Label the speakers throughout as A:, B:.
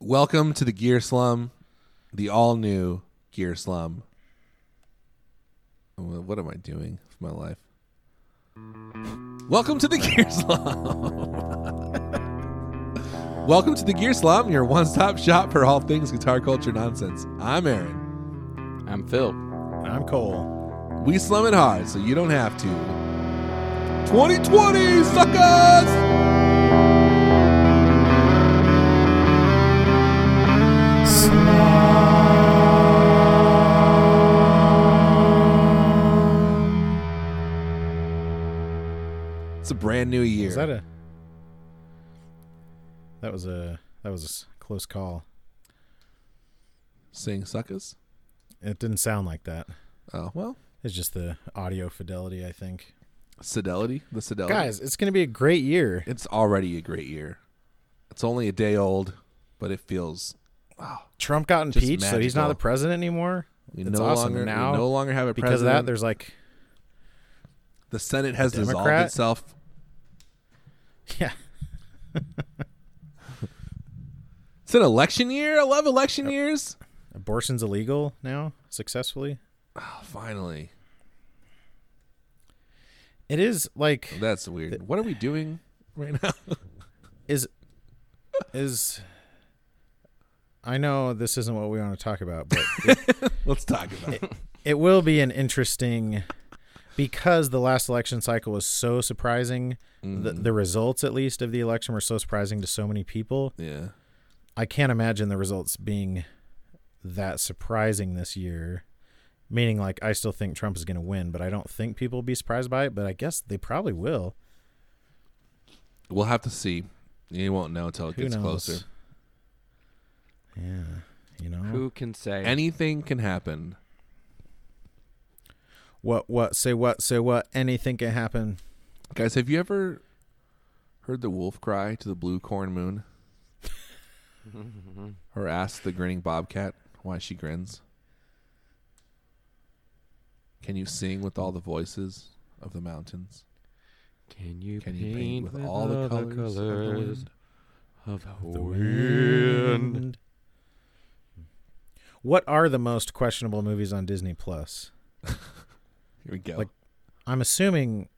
A: Welcome to the Gear Slum, the all new Gear Slum. Wha- What am I doing with my life? Welcome to the Gear Slum. Welcome to the Gear Slum, your one stop shop for all things guitar culture nonsense. I'm Aaron.
B: I'm Phil.
C: I'm Cole.
A: We slum it hard so you don't have to. 2020, suckers! It's a brand new year.
C: Is that a? That was a that was a s- close call.
A: Saying suckers?
C: It didn't sound like that.
A: Oh, well,
C: It's just the audio fidelity, I think.
A: Fidelity, the Fidelity.
C: Guys, it's gonna be a great year.
A: It's already a great year. It's only a day old, but it feels wow.
C: Trump got
A: Just
C: impeached, so he's not
A: magical.
C: the president anymore.
A: We
C: It's
A: no
C: awesome
A: longer
C: now
A: we no longer have a
C: because of
A: president.
C: that. There's like,
A: the Senate has dissolved
C: Democrat?
A: itself.
C: yeah,
A: It's an election year. I love election years.
C: abortion's illegal now successfully.
A: Oh, finally,
C: It is like
A: that's weird. What are we doing right now?
C: is is. I know this isn't what we want to talk about, but
A: Let's talk about it.
C: it will be an interesting because the last election cycle was so surprising the, the results at least of the election were so surprising to so many people
A: Yeah,
C: i can't imagine the results being that surprising this year meaning like i still think trump is going to win but i don't think people will be surprised by it but i guess they probably will
A: we'll have to see. You won't know until it
C: who
A: gets
C: knows
A: closer.
C: yeah you know
B: Who can say?
A: Anything can happen.
C: what what say what say what anything can happen
A: Guys, have you ever heard the wolf cry to the blue corn moon? or asked the grinning bobcat why she grins? Can you sing with all the voices of the mountains?
B: can you
A: Can
B: paint,
A: you paint with all
B: all
A: the
B: the
A: colors,
B: colors, of the wind?
C: wind. What are the most questionable movies on Disney Plus?
A: Here we go.
C: Like- I'm assuming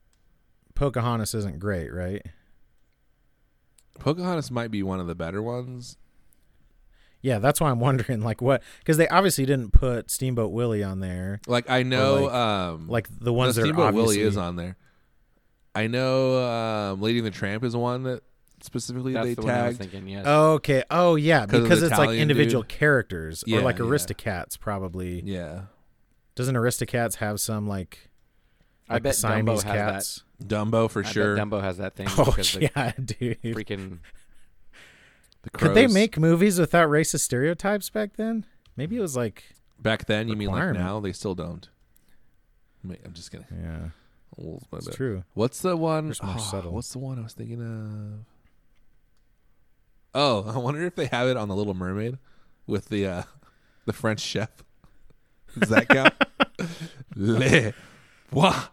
C: Pocahontas isn't great, right?
A: Pocahontas might be one of the better ones.
C: Yeah, that's why I'm wondering, like, what? Because they obviously didn't put Steamboat Willie on there,
A: Like I know
C: like-
A: um
C: like the
A: no,
C: ones that are
A: Steamboat
C: obviously.
A: Willie is on there. I know um Lady and the Tramp is one that specifically
B: That's
A: they
B: the one I was
A: tagged.
B: thinking. Yes.
C: Okay. Oh yeah,
A: 'Cause of the
C: because it's like
A: Italian
C: individual
A: dude.
C: characters,
A: Yeah,
C: or like
A: yeah.
C: Aristocats, probably.
A: Yeah.
C: Doesn't Aristocats have some like?
B: I
C: like the
B: bet Dumbo
C: Siamese
B: has
C: cats.
A: Dumbo for
B: that. I
A: sure.
B: bet Dumbo has that thing
C: Oh
B: because the
C: yeah, dude.
B: freaking
A: The
C: Could they
A: Crows.
C: make movies without racist stereotypes back then? Maybe it was like
A: Back then, you mean like
C: Requirement.
A: now? They still don't. I mean, I'm just kidding.
C: yeah,
A: Well, my
C: it's
A: bad.
C: true.
A: What's the one?
C: It's more
A: oh,
C: subtle.
A: What's the one I was thinking of? Oh, I wonder if they have it on the Little Mermaid with the uh, the French chef. Does that count? Le poisson.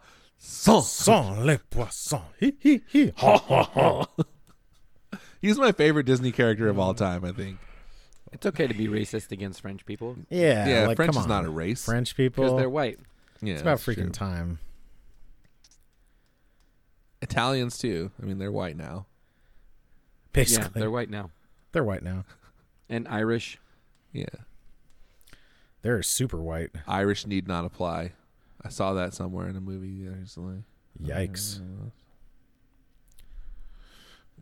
C: Sans les poissons. Hee hee hee. Ha ha ha.
A: He's my favorite Disney character of all time. I think.
B: it's okay to be racist against French people
C: Yeah,
A: Yeah,
C: like,
A: French
C: come
A: is not
C: on.
A: a race.
C: French
B: because
C: people.
B: they're white.
A: yeah,
C: it's about
A: that's
C: freaking
A: true.
C: time.
A: Italians too. I mean, they're white now.
C: Basically,
B: Yeah, they're
C: they're,
B: white now.
C: white now.
B: And Irish.
A: Yeah,
C: They're super white.
A: Irish need not apply. I saw that somewhere in a movie recently.
C: Yikes.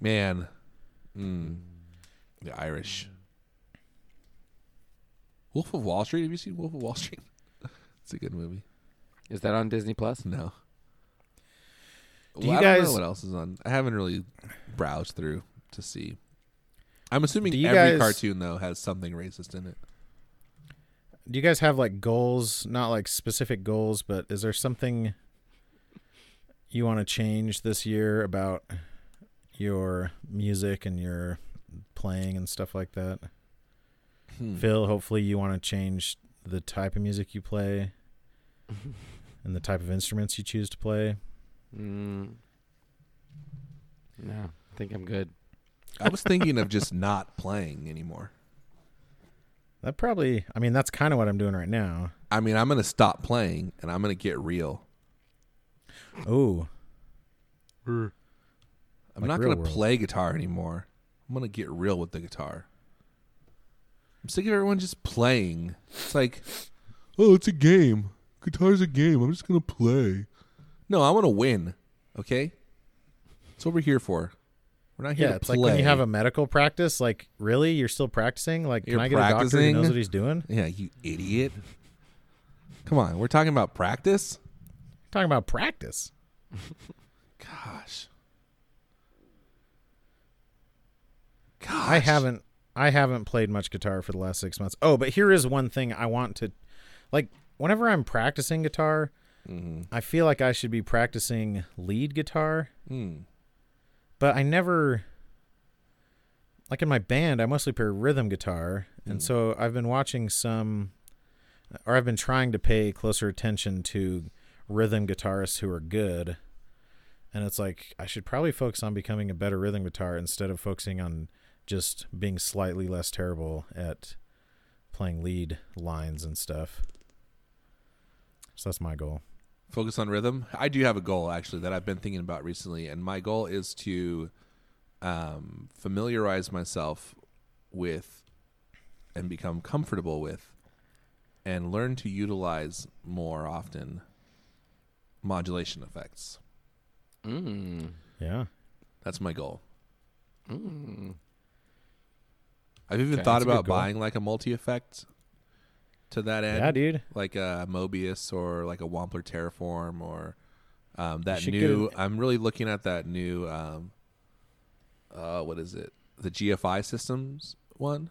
A: Man. Mm. The Irish. Wolf of Wall Street. Have you seen Wolf of Wall Street? it's a good movie.
B: Is that on Disney Plus?
A: No. Well,
C: Do you
A: I don't know
C: guys-
A: what else is on. I haven't really browsed through to see. I'm assuming
C: Do you
A: every
C: guys-
A: cartoon though has something racist in it.
C: Do you guys have like goals? Not like specific goals, but is there something you want to change this year about your music and your playing and stuff like that?
A: Hmm.
C: Phil, hopefully you want to change the type of music you play and the type of instruments you choose to play.
B: Mm. No, I think I'm good.
A: I was thinking of just not playing anymore.
C: That probably, I mean, that's kind of what I'm doing right now.
A: I mean, I'm gonna stop playing and I'm gonna get real.
C: Oh,
A: I'm
C: Like
A: not
C: real
A: gonna
C: world.
A: play guitar anymore. I'm gonna get real with the guitar. I'm sick of everyone just playing. It's like, oh, it's a game. Guitar's a game. I'm just gonna play. No, I want to win. Okay, that's what we're here for. We're not here
C: yeah.
A: to
C: It's
A: play.
C: like when you have a medical practice, like, really? You're still practicing? Like, can
A: You're
C: I get a doctor who knows
A: practicing?
C: what he's doing?
A: yeah, you idiot. Come on, we're talking about practice.
C: talking about practice.
A: Gosh. Gosh.
C: I haven't I haven't played much guitar for the last 6 months. Oh, but here is one thing I want to like whenever I'm practicing guitar, I feel like I should be practicing lead guitar,
A: Mm.
C: but I never like in my band, I mostly play rhythm guitar, and so I've been watching some or I've been trying to pay closer attention to rhythm guitarists who are good. And it's like I should probably focus on becoming a better rhythm guitar instead of focusing on just being slightly less terrible at playing lead lines and stuff. So that's my goal.
A: focus on rhythm. I do have a goal actually that I've been thinking about recently, and my goal is to um, familiarize myself with and become comfortable with and learn to utilize more often modulation effects.
B: Mm.
C: Yeah.
A: That's my goal.
B: Mm.
A: I've even
B: Okay,
A: thought
C: that's a good
A: about
C: goal.
A: buying like a multi effect to that end,
C: yeah, dude.
A: like a Mobius or like a Wampler Terraform or um, that
C: should get
A: new. I'm really looking at that new. Um, uh, what is it? The GFI systems one,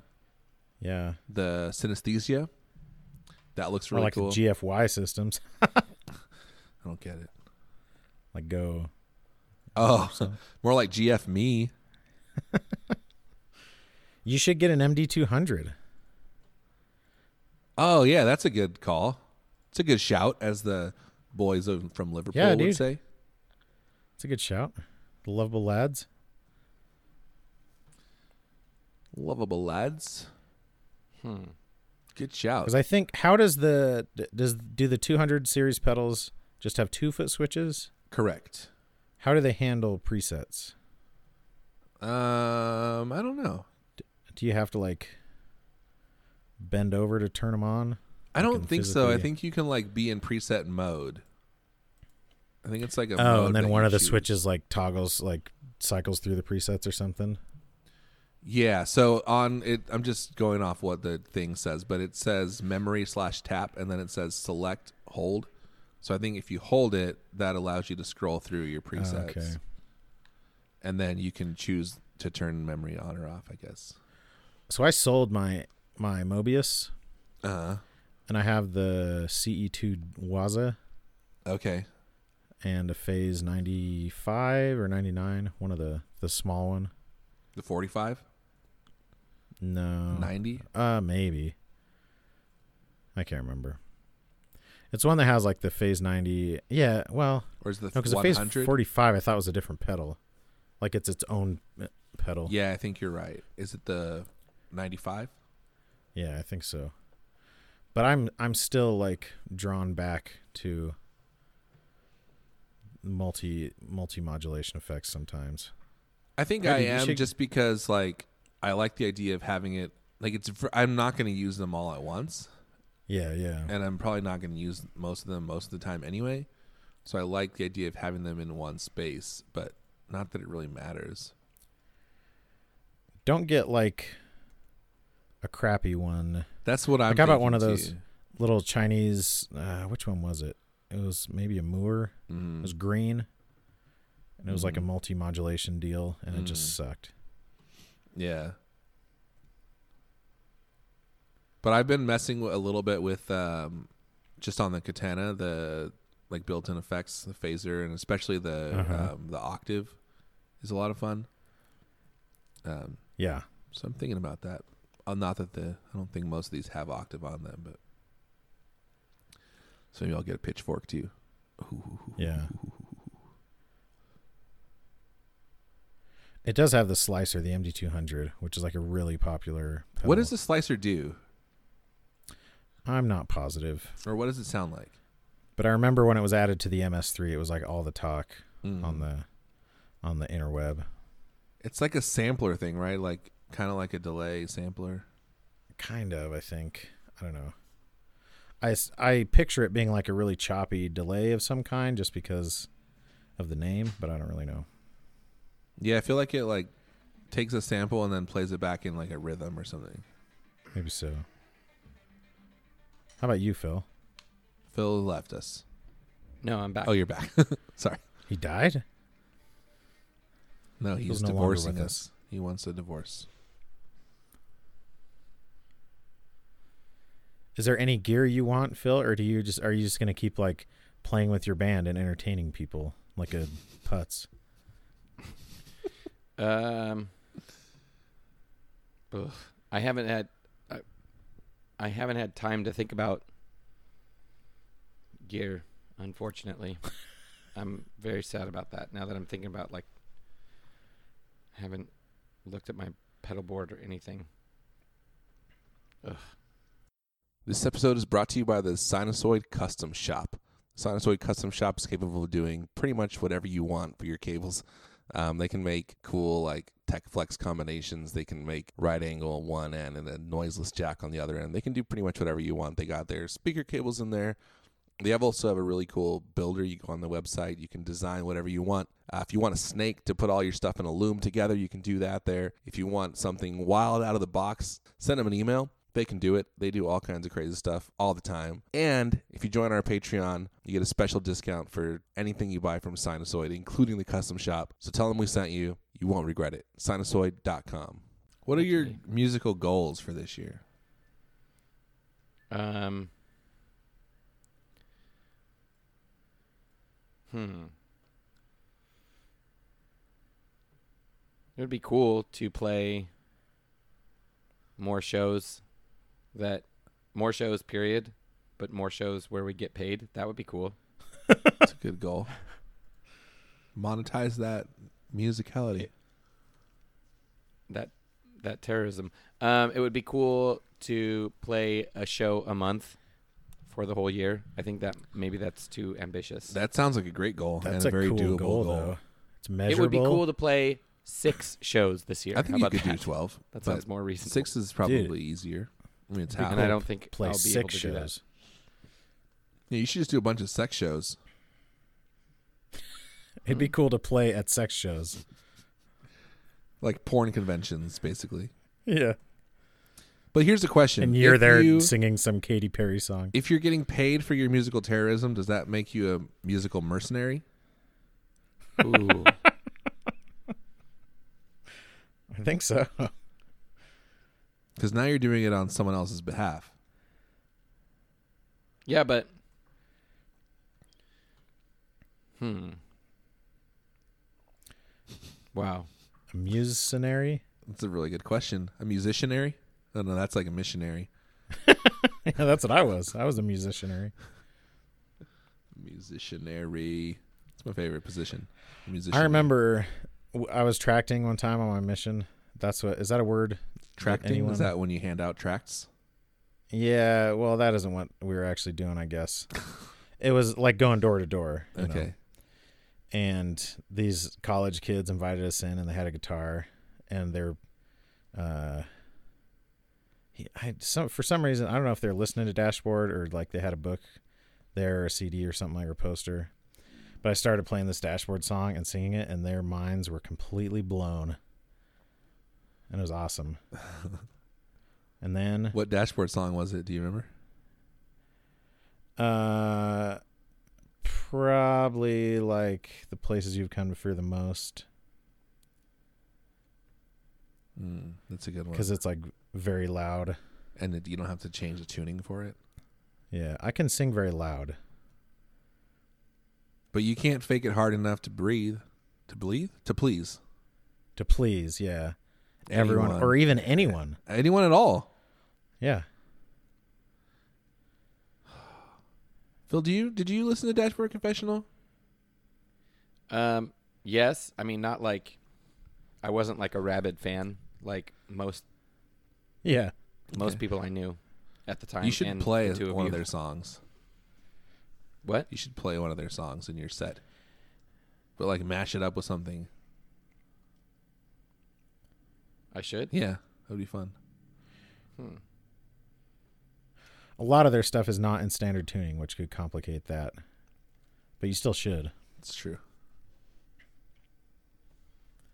C: Yeah.
A: the synesthesia. That looks
C: or
A: really
C: like
A: cool.
C: the GFY systems.
A: I don't get it.
C: Like go.
A: Oh, more like GF me.
C: You should get an MD two hundred.
A: Oh yeah, that's a good call. It's a good shout, as the boys of- from Liverpool
C: Yeah,
A: would
C: dude.
A: say.
C: It's a good shout. The lovable lads.
A: Lovable lads.
B: Hmm.
A: Good shout.
C: Because I think how does the d- does do the two hundred series pedals just have two foot switches?
A: Correct.
C: How do they handle presets?
A: Um, I don't know.
C: Do you have to like bend over to turn them on?
A: I
C: You
A: don't
C: can
A: think so. I
C: physically-
A: think you can like be in preset mode. I think it's like a
C: oh,
A: mode
C: and
A: that
C: then one
A: you
C: of the
A: choose.
C: switches like toggles like cycles through the presets or something.
A: Yeah. So on it, I'm just going off what the thing says, but it says memory slash tap, and then it says select hold. So I think if you hold it, that allows you to scroll through your presets,
C: Oh, okay.
A: and then you can choose to turn memory on or off. I guess.
C: So I sold my my Mobius
A: Uh
C: and I have the CE2 Waza
A: okay.
C: and a Phase 95 or 99, one of the the small one.
A: The 45,
C: No.
A: 90.
C: Uh, maybe. I can't remember. It's one that has like the phase ninety. Yeah, well,
A: or is the
C: no, because the phase
A: 100?
C: forty-five I thought was a different pedal, like it's its own uh, pedal.
A: Yeah, I think you're right. Is it the 95?
C: Yeah, I think so. But I'm I'm still like drawn back to multi multi modulation effects sometimes.
A: I think
C: Yeah,
A: I
C: dude, you
A: am
C: should-
A: just because like I like the idea of having it like it's v- I'm not going to use them all at once
C: Yeah, yeah,
A: and I'm probably not going to use most of them most of the time anyway. So I like the idea of having them in one space, but not that it really matters.
C: don't get like a crappy one.
A: That's what I'm
C: got about one
A: thinking,
C: of those.
A: too.
C: Little Chinese. Uh, which one was it? It was maybe a Moor. It
A: Mm.
C: was green, and it was like a multi-modulation deal, and it
A: Mm.
C: just sucked.
A: Yeah. But I've been messing wi- a little bit with um, just on the katana, the like built-in effects, the phaser, and especially the
C: Uh-huh.
A: um, the octave is a lot of fun. Um,
C: Yeah,
A: so I'm thinking about that. Uh, not that the I don't think most of these have octave on them, but so maybe I'll get a pitchfork too.
C: yeah. It does have the slicer, the MD200, which is like a really popular. Pedal.
A: What does the slicer do?
C: I'm not positive,
A: Or what does it sound like?
C: but I remember when it was added to the MS3, it was like all the talk
A: Mm.
C: on the on the interweb.
A: It's like a sampler thing, right? Like kind of like a delay sampler.
C: Kind of, I think. I don't know. I, s- I picture it being like a really choppy delay of some kind just because of the name, but I don't really know.
A: Yeah, I feel like it like takes a sample and then plays it back in like a rhythm or something.
C: Maybe so. How about you, Phil?
A: Phil left us.
B: No, I'm back.
A: Oh, you're back. Sorry.
C: He died?
A: No, he's
C: Phil's no longer
A: divorcing
C: with
A: us. He wants a divorce.
C: Is there any gear you want, Phil, or do you just are you just gonna keep like playing with your band and entertaining people like a putz?
B: Um, ugh, I haven't had, I, I haven't had time to think about gear. Unfortunately, I'm very sad about that. Now that I'm thinking about like, I haven't looked at my pedal board or anything.
A: This episode is brought to you by the Sinusoid Custom Shop. Sinusoid Custom Shop is capable of doing pretty much whatever you want for your cables. Um, they can make cool like tech flex combinations. They can make right angle on one end and a noiseless jack on the other end. They can do pretty much whatever you want. They got their speaker cables in there. They have also have a really cool builder. You go on the website, you can design whatever you want. Uh, if you want a snake to put all your stuff in a loom together, you can do that there. If you want something wild out of the box, send them an email. They can do it. They do all kinds of crazy stuff all the time. And if you join our Patreon, you get a special discount for anything you buy from Sinusoid, including the custom shop. So tell them we sent you. You won't regret it. Sinusoid.com. What are your
B: Okay.
A: musical goals for this year?
B: Um. Hmm. It would be cool to play more shows that more shows period, but more shows where we get paid. That would be cool.
A: That's a good goal. Monetize that musicality.
B: That that terrorism. Um it would be cool to play a show a month for the whole year. I think that maybe that's too ambitious.
A: That sounds like a great goal and
C: That's
A: a
C: a
A: very
C: cool
A: doable goal.
C: goal, though. It's measurable.
B: it would be cool to play 6 shows this year.
A: I
B: How
A: think you
B: about
A: could do
B: that?
A: twelve.
B: That
A: but
B: sounds more reasonable.
A: Six is probably easier. I mean, it's half.
B: and I don't think
C: play
B: I'll be able
C: six
B: to do that.
C: shows.
A: Yeah, you should just do a bunch of sex shows.
C: It'd be cool to play at sex shows.
A: like porn conventions, basically.
C: Yeah.
A: But here's the question:
C: And you're
A: if
C: there
A: you,
C: singing some Katy Perry song.
A: if you're getting paid for your musical terrorism, does that make you a musical mercenary?
B: Ooh,
C: I think so.
A: Because now you're doing it on someone else's behalf.
B: yeah, but hmm. Wow.
C: A muse scenario.
A: That's a really good question. A musicianary? No, no, that's like a missionary.
C: yeah, that's what I was. I was a musicianary.
A: Musicianary. It's my favorite position. Musician.
C: I remember w- I was tracting one time on my mission. That's what is that a word?
A: tracting.
C: anyone-
A: Is that when you hand out tracts?
C: Yeah, well, that isn't what we were actually doing, I guess. it was like going door to door. you know.
A: Okay.
C: And these college kids invited us in, and they had a guitar, and they're, uh, he, I some for some reason I don't know if they're listening to Dashboard or like they had a book there or a CD or something like or a poster, but I started playing this Dashboard song and singing it, and their minds were completely blown, and it was awesome. and then
A: What dashboard song was it? Do you remember?
C: Uh, probably like the places you've come to fear the most,
A: Mm, that's a good one.
C: because it's like very loud.
A: And it, you don't have to change the tuning for it.
C: Yeah, I can sing very loud.
A: But you can't fake it hard enough to breathe, to believe, to please
C: To please, yeah, everyone,
A: Anyone.
C: or e- even anyone.
A: anyone at all.
C: Yeah,
A: Phil, do you did you listen to Dashboard Confessional?
B: Um. Yes. I mean, not like I wasn't like a rabid fan, like most
C: yeah.
B: most people I knew. at the time.
A: You should
B: and
A: play
B: the two
A: one
B: you.
A: of their songs.
B: What?
A: You should play one of their songs in your set, but like mash it up with something.
B: I should.
A: Yeah, that would be fun.
C: A lot of their stuff is not in standard tuning, which could complicate that. But you still should.
A: It's true.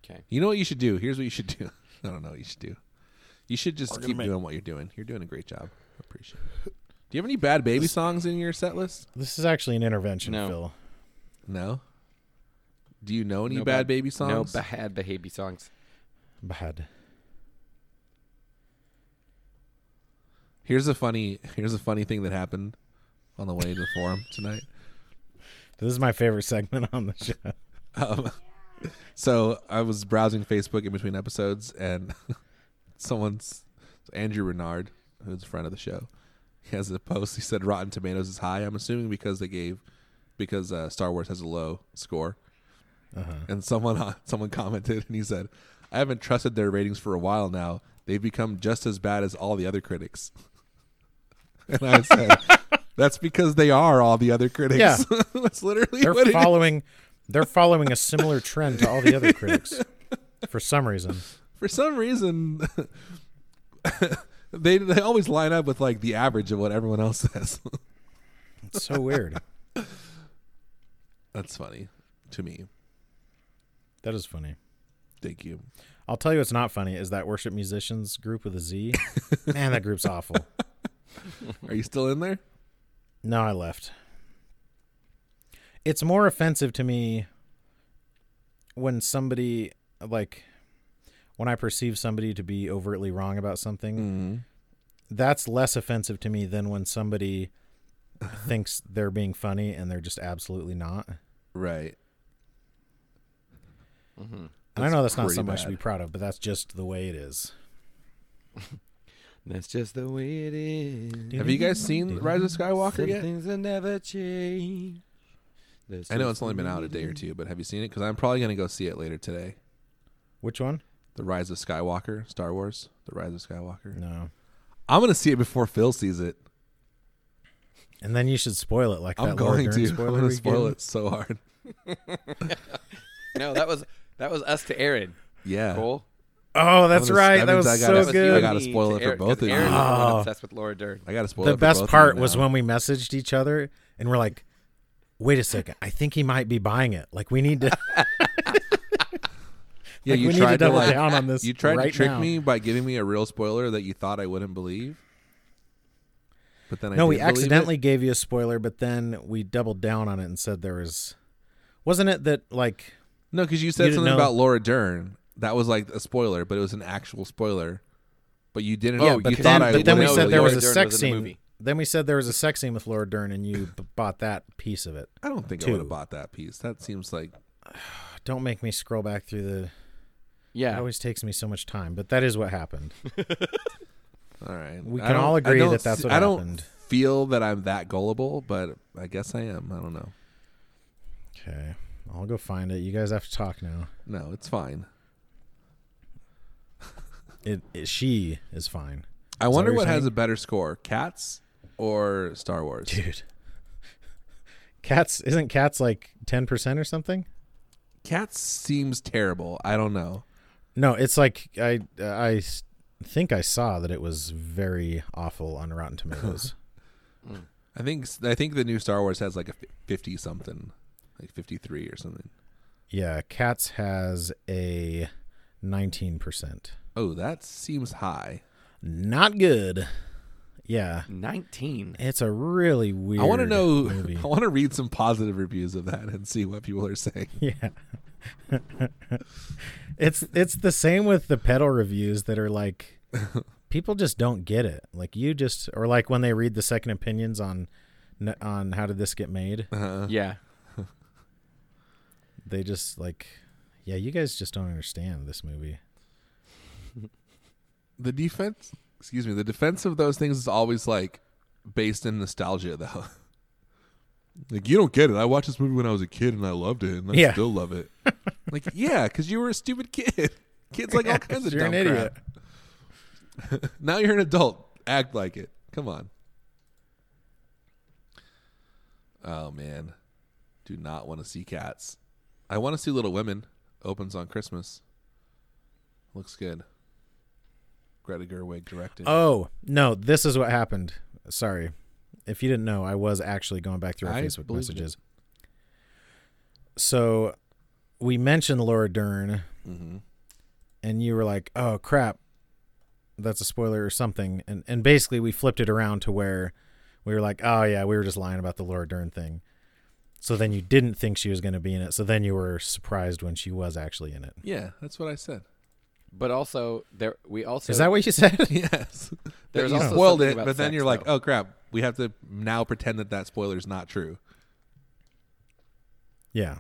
B: Okay.
A: You know what you should do? Here's what you should do. I don't know what you should do. You should just keep
C: Argument.
A: doing what you're doing. You're doing a great job. I appreciate it. Do you have any bad baby songs in your set list?
C: This is actually an intervention,
B: No.
C: Phil.
A: No. Do you know any
B: No
A: bad,
B: bad-
A: baby songs?
B: No bad behavior songs.
C: Bad.
A: Here's a funny here's a funny thing that happened on the way to the forum tonight.
C: This is my favorite segment on the show.
A: Um, so I was browsing Facebook in between episodes, and someone's Andrew Renard, who's a friend of the show, he has a post. He said Rotten Tomatoes is high. I'm assuming because they gave because uh, Star Wars has a low score.
C: Uh-huh.
A: And someone on- someone commented, and he said, "I haven't trusted their ratings for a while now. They've become just as bad as all the other critics." And I said, "That's because they are all the other critics.
C: Yeah.
A: That's literally
C: They're
A: what it is.
C: following they're following a similar trend to all the other critics. For some reason.
A: for some reason they they always line up with like the average of what everyone else says.
C: It's so weird.
A: That's funny to me.
C: That is funny.
A: Thank you.
C: I'll tell you what's not funny is that worship musicians group with a Z. Man, that group's awful.
A: Are you still in there?
C: No, I left. It's more offensive to me when somebody like when I perceive somebody to be overtly wrong about
A: Mm.
C: something. That's less offensive to me than when somebody thinks they're being funny and they're just absolutely not.
A: Right.
C: And I know that's not
A: pretty
C: something I should
A: bad.
C: be proud of, but that's just the way it is.
B: That's just the way it is.
A: Have you guys seen Rise of Skywalker yet?
B: things that never change.
A: I know it's only been out a day or two, but have you seen it? Because I'm probably gonna go see it later today.
C: Which one?
A: The Rise of Skywalker, Star Wars. The Rise of Skywalker.
C: No.
A: I'm gonna see it before Phil sees it.
C: And then you should spoil it like
A: I'm
C: that
A: going
C: Laura
A: to.
C: Dern
A: I'm
C: spoiler
A: gonna
C: we
A: spoil
C: gave.
A: it so hard.
B: No, that was that was us to Aaron.
A: Yeah.
B: Cole.
C: Oh, that's
A: gonna-
C: right.
A: that
C: That
A: means
C: was
A: Uh, I gotta-
C: so
B: That was you
A: I
B: and
C: good.
A: gotta
B: me
A: spoil
B: to
A: it for
B: Aaron-
A: both
B: 'cause
A: of you.
B: Aaron is the one
C: Oh.
B: obsessed with Laura Dern.
A: I gotta spoil it
C: the
A: for both
C: best
A: of
C: part
A: you
C: was
A: now.
C: when we messaged each other and we're like wait a second i think he might be buying it like we need to
A: yeah,
C: like,
A: you
C: we need
A: tried
C: to double
A: like,
C: down on this
A: You tried
C: right
A: to trick
C: now.
A: me by giving me a real spoiler that you thought I wouldn't believe. But then I
C: no we
A: did believe it.
C: accidentally gave you a spoiler but then we doubled down on it and said there was wasn't it that like
A: no because you said
C: you didn't
A: something
C: know.
A: about Laura Dern that was like a spoiler, but it was an actual spoiler. But you didn't.
B: Yeah,
A: know.
B: but
A: you
C: then,
A: thought I
C: Oh, but then we
A: wouldn't
B: know that
C: said
A: believe
C: there was
A: it.
C: a
B: Laura Dern
C: sex
B: was in the
C: scene
B: movie.
C: then we said there was a sex scene with laura dern and you b- bought that piece of it
A: I don't think I
C: two.
A: would have bought that piece. That seems like
C: don't make me scroll back through the it
B: Yeah.
C: always takes me so much time but that is what happened
A: all right.
C: We
A: I
C: can
A: don't-
C: all
A: I
C: agree
A: don't
C: that that's
A: s-
C: what
A: I don't
C: happened.
A: feel that I'm that gullible, but I guess I am. I don't know.
C: okay i'll go find it you guys have to talk now
A: No, it's fine.
C: it, it she is fine
A: I wonder
C: what
A: what
C: you're
A: has
C: saying?
A: a better score, Cats or Star Wars.
C: dude cats isn't cats like 10% or something
A: Cats seems terrible. I don't know.
C: no it's like i i s- think i saw that it was very awful on rotten tomatoes
A: I think I think the new Star Wars has like a fifty something, like fifty three or something.
C: yeah cats has a 19%
A: Oh, that seems high.
C: not good yeah
B: Nineteen.
C: it's a really weird
A: I want to know.
C: movie.
A: I want to read some positive reviews of that and see what people are saying.
C: yeah it's it's the same with the pedal reviews that are like people just don't get it like you just or like when they read the second opinions on on how did this get made
A: Uh.
B: Yeah.
C: they just like yeah you guys just don't understand this movie
A: The defense, excuse me, the defense of those things is always like based in nostalgia, though. Like you don't get it. I watched this movie when I was a kid and I loved it, and I
C: Yeah.
A: still love it. like yeah, because you were a stupid kid. Kids like all kinds of
C: you're
A: dumb
C: an idiot
A: crap. Now you're an adult. Act like it. Come on. Oh man, do not want to see cats. I want to see Little Women. Opens on Christmas. Looks good. Greta Gerwig directed.
C: Oh no, this is what happened. Sorry, if you didn't know, I was actually going back through our
A: I
C: Facebook
A: believed it.
C: messages. So, we mentioned Laura Dern,
A: hmm
C: and you were like, "Oh crap, that's a spoiler or something," and and basically we flipped it around to where we were like, "Oh yeah, we were just lying about the Laura Dern thing." So then you didn't think she was going to be in it. So then you were surprised when she was actually in it.
A: Yeah, that's what I said.
B: But also, there we also
C: Is that what you said?
A: yes.
B: There's
A: you
B: also
A: spoiled
B: something
A: it,
B: about
A: but then
B: sex,
A: you're like,
B: though.
A: oh crap, we have to now pretend that that spoiler's not true.
C: yeah.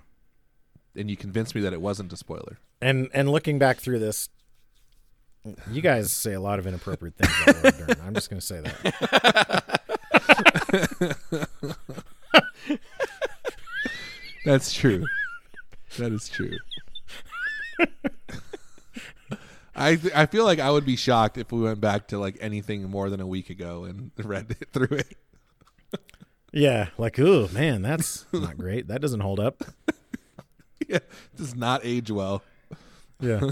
A: And you convinced me that it wasn't a spoiler.
C: And and looking back through this, you guys say a lot of inappropriate things. About Laura Dern. I'm just going to say that.
A: That's true. that is true. I th- I feel like I would be shocked if we went back to like anything more than a week ago and read it through it.
C: Yeah, like oh man, that's not great. That doesn't hold up.
A: yeah, does not age well.
C: Yeah.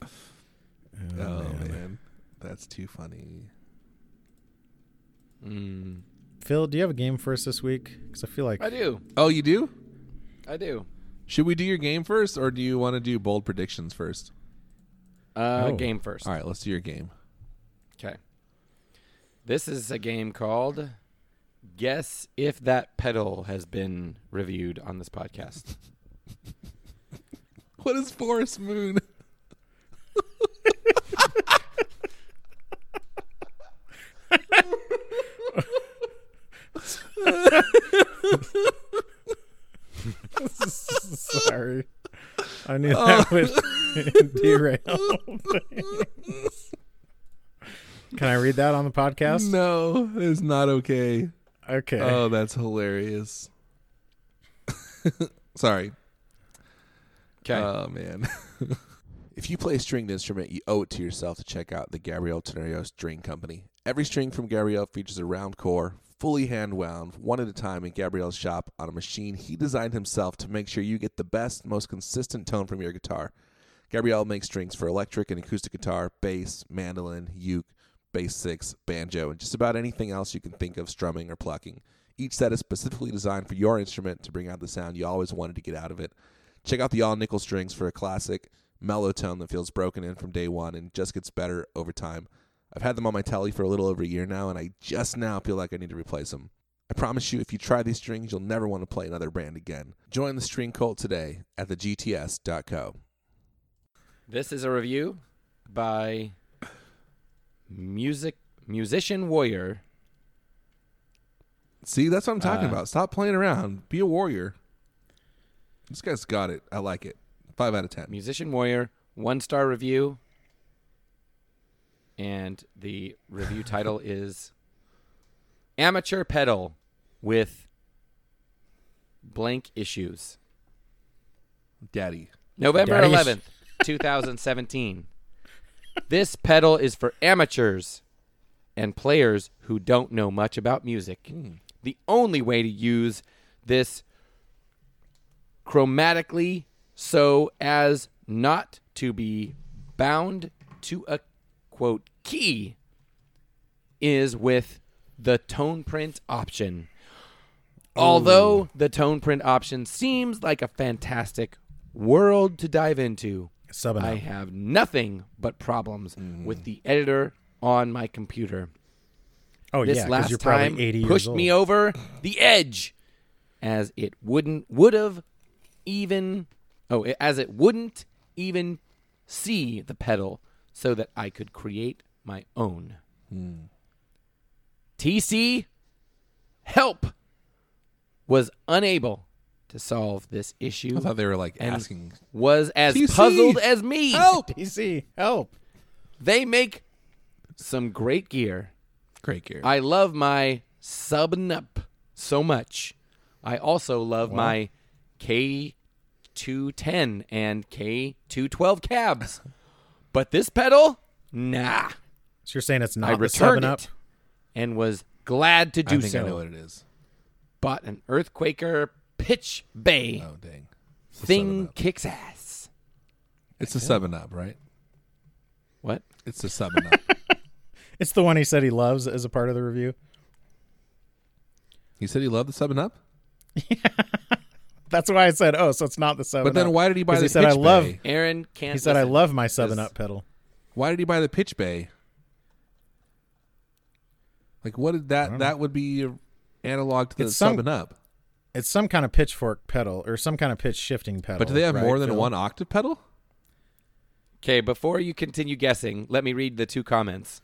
A: Oh, man.
C: man.
A: that's too funny.
B: Mm.
C: Phil, do you have a game for us this week? Because I feel like
B: I do.
A: Oh, you do?
B: I do.
A: Should we do your game first, or do you want to do bold predictions first?
B: Uh,
C: Oh.
B: Game first.
A: All right, let's do your game.
B: Okay. This is a game called Guess If That Pedal Has Been Reviewed on this podcast.
A: What is Forest Moon?
C: sorry, Oh. I knew that would derail. things. Can I read that on the podcast?
A: No, it's not okay.
C: Okay.
A: Oh, that's hilarious. Sorry.
B: Okay.
A: Oh man. if you play a stringed instrument, you owe it to yourself to check out the Gabriel Tenorio String Company. Every string from Gabriel features a round core, fully hand wound, one at a time in Gabriel's shop on a machine he designed himself to make sure you get the best, most consistent tone from your guitar. Gabriel makes strings for electric and acoustic guitar, bass, mandolin, uke, bass six, banjo, and just about anything else you can think of strumming or plucking. Each set is specifically designed for your instrument to bring out the sound you always wanted to get out of it. Check out the all nickel strings for a classic, mellow tone that feels broken in from day one and just gets better over time. I've had them on my telly for a little over a year now, and I just now feel like I need to replace them. I promise you, if you try these strings, you'll never want to play another brand again. Join the string cult today at thegts.co.
B: this is a review by music musician warrior.
A: See, that's what I'm talking
B: Uh,
A: about. Stop playing around. Be a warrior. This guy's got it. I like it. Five out of ten.
B: Musician warrior, one star review. And the review title is Amateur Pedal with Blank Issues.
A: Daddy.
B: November
C: Daddy's-
B: 11th, 2017. this pedal is for amateurs and players who don't know much about music. The only way to use this chromatically so as not to be bound to a quote key is with the tone print option. Although the tone print option seems like a fantastic world to dive into,
C: Sub
B: I have nothing but problems with the editor on my computer.
C: Oh
B: This
C: yeah, 'cause
B: last
C: you're probably
B: time
C: 80 years
B: pushed
C: old.
B: me over the edge, as it wouldn't would have even oh it- as it wouldn't even see the pedal, so that I could create my own.
C: Hmm.
B: TC help was unable to solve this issue
A: I thought they were like
B: and
A: asking.
B: was as
A: TC,
B: puzzled as me.
C: TC, help.
B: They make some great gear.
A: Great gear.
B: I love my Subnup so much. I also love my K210 and K212 cabs. but this pedal, nah.
C: So you're saying it's
B: I
C: not the
B: returned
C: seven
B: it
C: up?
B: and was glad to do
A: I think
B: so.
A: I know what it is.
B: Bought an Earthquaker Pitch Bay
A: Oh dang. It's a
B: thing
A: 7-Up.
B: kicks ass.
A: It's a seven up, right?
B: What?
A: It's a seven up.
C: It's the one he said he loves as a part of the review.
A: He said he loved the seven up,
C: That's why I said, oh, so it's not the seven.
A: but then
C: up.
A: why did he buy
C: 'Cause
A: the
C: he said,
A: pitch
C: "I love-
A: bay?
B: Aaron can't.
C: He said, I
B: listen.
C: love my seven up pedal.
A: Why did he buy the pitch bay? Like what did that that would be analog to the
C: It's some-
A: seven up?
C: It's some kind of pitchfork pedal or some kind of pitch shifting pedal.
A: But do they have
C: right,
A: more than
C: Phil?
A: one octave pedal?
B: Okay, before you continue guessing, let me read the two comments.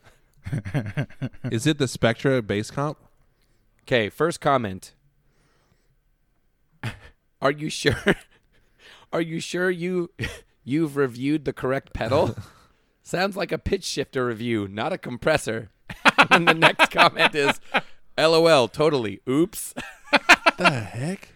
A: Is it the Spectra bass comp?
B: Okay, first comment. Are you sure? Are you sure you you've reviewed the correct pedal? Sounds like a pitch shifter review, not a compressor. and the next comment is, "LOL, totally. Oops."
A: The
B: Ah.
A: heck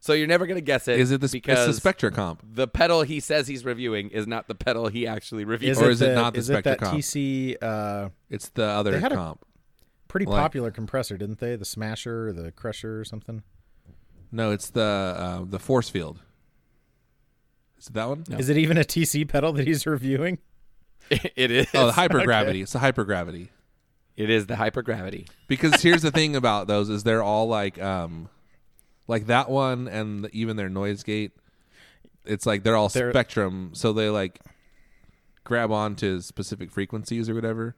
B: So you're never gonna guess it.
A: is it the, it's
B: because
A: the Spectra comp?
B: the pedal he says he's reviewing is not the pedal he actually reviews?
C: Is
A: Or
C: it
A: is it
C: the-
A: not the
C: is it that
A: Spectacom?
C: TC uh,
A: It's the other
C: They had a-
A: comp.
C: pretty
A: Like-
C: popular compressor, didn't they? The Smasher or the Crusher or something?
A: No, it's the uh, the force field. Is it that one?
B: No.
C: Is it even a TC pedal that he's reviewing?
B: it is.
A: Oh, the hypergravity. It's the hypergravity.
B: it is the hypergravity.
A: Because here's the thing about those is they're all like um like that one and the, even their noise gate. It's like they're all
C: They're-
A: spectrum, so they like grab onto specific frequencies or whatever.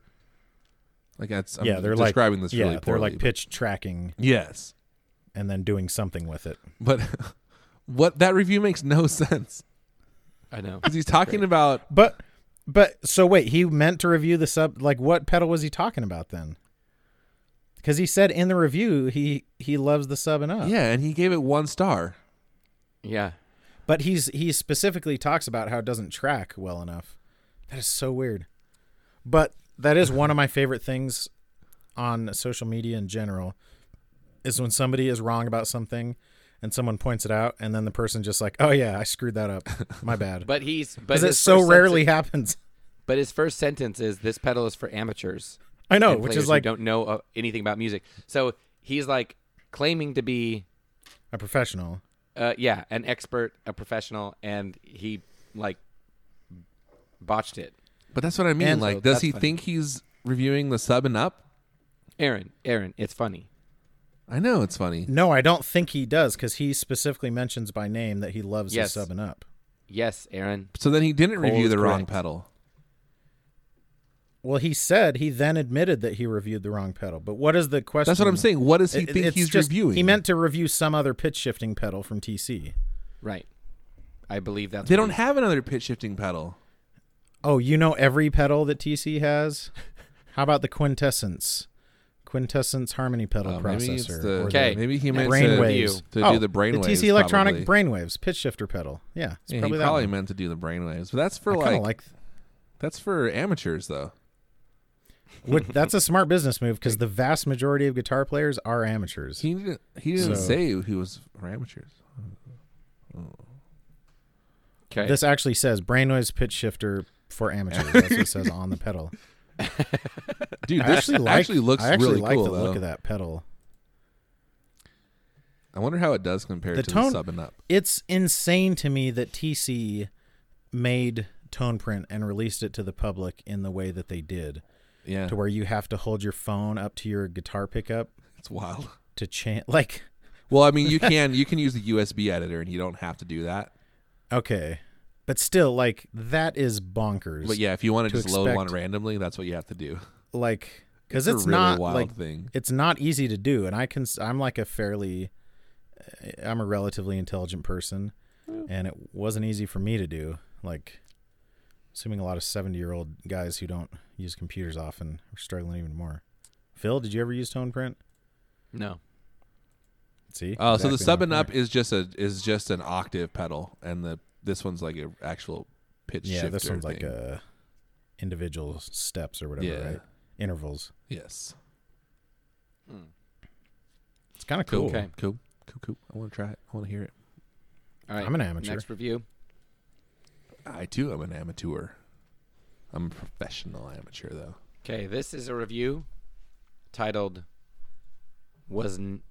A: Like that's I'm
C: yeah, they're like
A: describing this
C: yeah,
A: really
C: they're
A: poorly.
C: like
A: but-
C: pitch tracking
A: yes.
C: and then doing something with it.
A: But what that review makes no sense
B: I know.
A: cuz he's talking about
C: But but so wait, he meant to review the sub like what pedal was he talking about then? Cuz he said in the review he he loves the sub and up.
A: yeah, and he gave it 1 star.
B: Yeah.
C: But he's he specifically talks about how it doesn't track well enough. That is so weird. But that is one of my favorite things on social media in general is when somebody is wrong about something and someone points it out and then the person just like, "Oh yeah, I screwed that up. My bad."
B: But he's but
C: Cuz it
B: his
C: so
B: first
C: rarely
B: sentence-
C: happens.
B: but his first sentence is this pedal is for amateurs.
C: I know,
B: and
C: Oh, which
B: players
C: is
B: who
C: like
B: don't know uh, anything about music. So he's like claiming to be
C: a professional.
B: uh, yeah, an expert, a professional, and he like botched it.
A: But that's what I mean.
C: And-
A: like,
B: So
A: does
B: that's
A: he
B: funny.
A: think he's reviewing the sub and up?
B: Aaron, Aaron, it's funny.
A: I know it's funny.
C: No, I don't think he does because he specifically mentions by name that he loves
B: Yes.
C: the sub and up.
B: Yes, Aaron.
A: So then he didn't
B: Cole
A: review
B: is
A: the wrong
B: correct.
A: pedal.
C: Well, he said he then admitted that he reviewed the wrong pedal. But what is the question?
A: That's what I'm saying. What does he
C: It-
A: think
C: it's
A: he's
C: just-
A: reviewing?
C: He meant to review some other pitch shifting pedal from TC.
B: Right. I believe that's
A: they
B: what
A: don't
B: he-
A: have another pitch shifting pedal.
C: Oh, you know every pedal that TC has. How about the quintessence? Quintessence harmony pedal
A: Uh,
C: processor.
A: maybe it's the-
C: or
B: Okay.
A: Maybe he
B: Now
A: meant
C: brain
A: to,
C: waves.
A: to
C: Oh,
A: do the brain
C: the
A: waves.
C: TC electronic
A: probably.
C: brainwaves pitch shifter pedal. Yeah, it's
A: Yeah,
C: probably
A: he
C: that.
A: probably
C: one.
A: meant to do the brain waves, but that's for
C: I kind
A: like,
C: of like
A: that's for amateurs though.
C: Which, that's a smart business move because the vast majority of guitar players are amateurs.
A: He didn't he didn't
C: So-
A: say he was for amateurs.
B: Okay.
C: This actually says brainwaves pitch shifter for amateurs. That's what it says on the pedal.
A: Dude,
C: I
A: this
C: actually like.
A: actually looks
C: I actually
A: really
C: like
A: cool
C: the
A: though.
C: look of that pedal.
A: I wonder how it does compare
C: The
A: to
C: tone-
A: the sub and up.
C: It's insane to me that TC made Toneprint and released it to the public in the way that they did,
A: Yeah,
C: to where you have to hold your phone up to your guitar pickup
A: it's wild.
C: to change. Like,
A: Well, I mean, you can you can use the USB editor, and you don't have to do that.
C: okay, but still, like that is bonkers.
A: But yeah, if you want to
C: To
A: just load one
C: expect-
A: randomly, that's what you have to do.
C: like because
A: It's
C: it's,
A: a really
C: not
A: wild
C: like
A: thing.
C: it's not easy to do and i can i'm like a fairly eh, i'm a relatively intelligent person and it wasn't easy for me to do like assuming a lot of 70 year old guys who don't use computers often are struggling even more phil did you ever use tone print
B: no.
C: see
A: Oh, so the
C: Exactly
A: sub
C: my
A: and
C: point.
A: up is just a is just an octave pedal, and the this one's like a actual pitch.
C: yeah this
A: shifter
C: one's like
A: thing.
C: a individual steps or whatever
A: Yeah.
C: right intervals
A: yes.
C: it's kind of cool
B: Okay.
A: cool, cool, cool. I want to try it. I want to hear it.
B: All right.
C: I'm an amateur.
B: Next review.
A: I too am an amateur. I'm a professional amateur, though.
B: Okay, this is a review titled "Was N-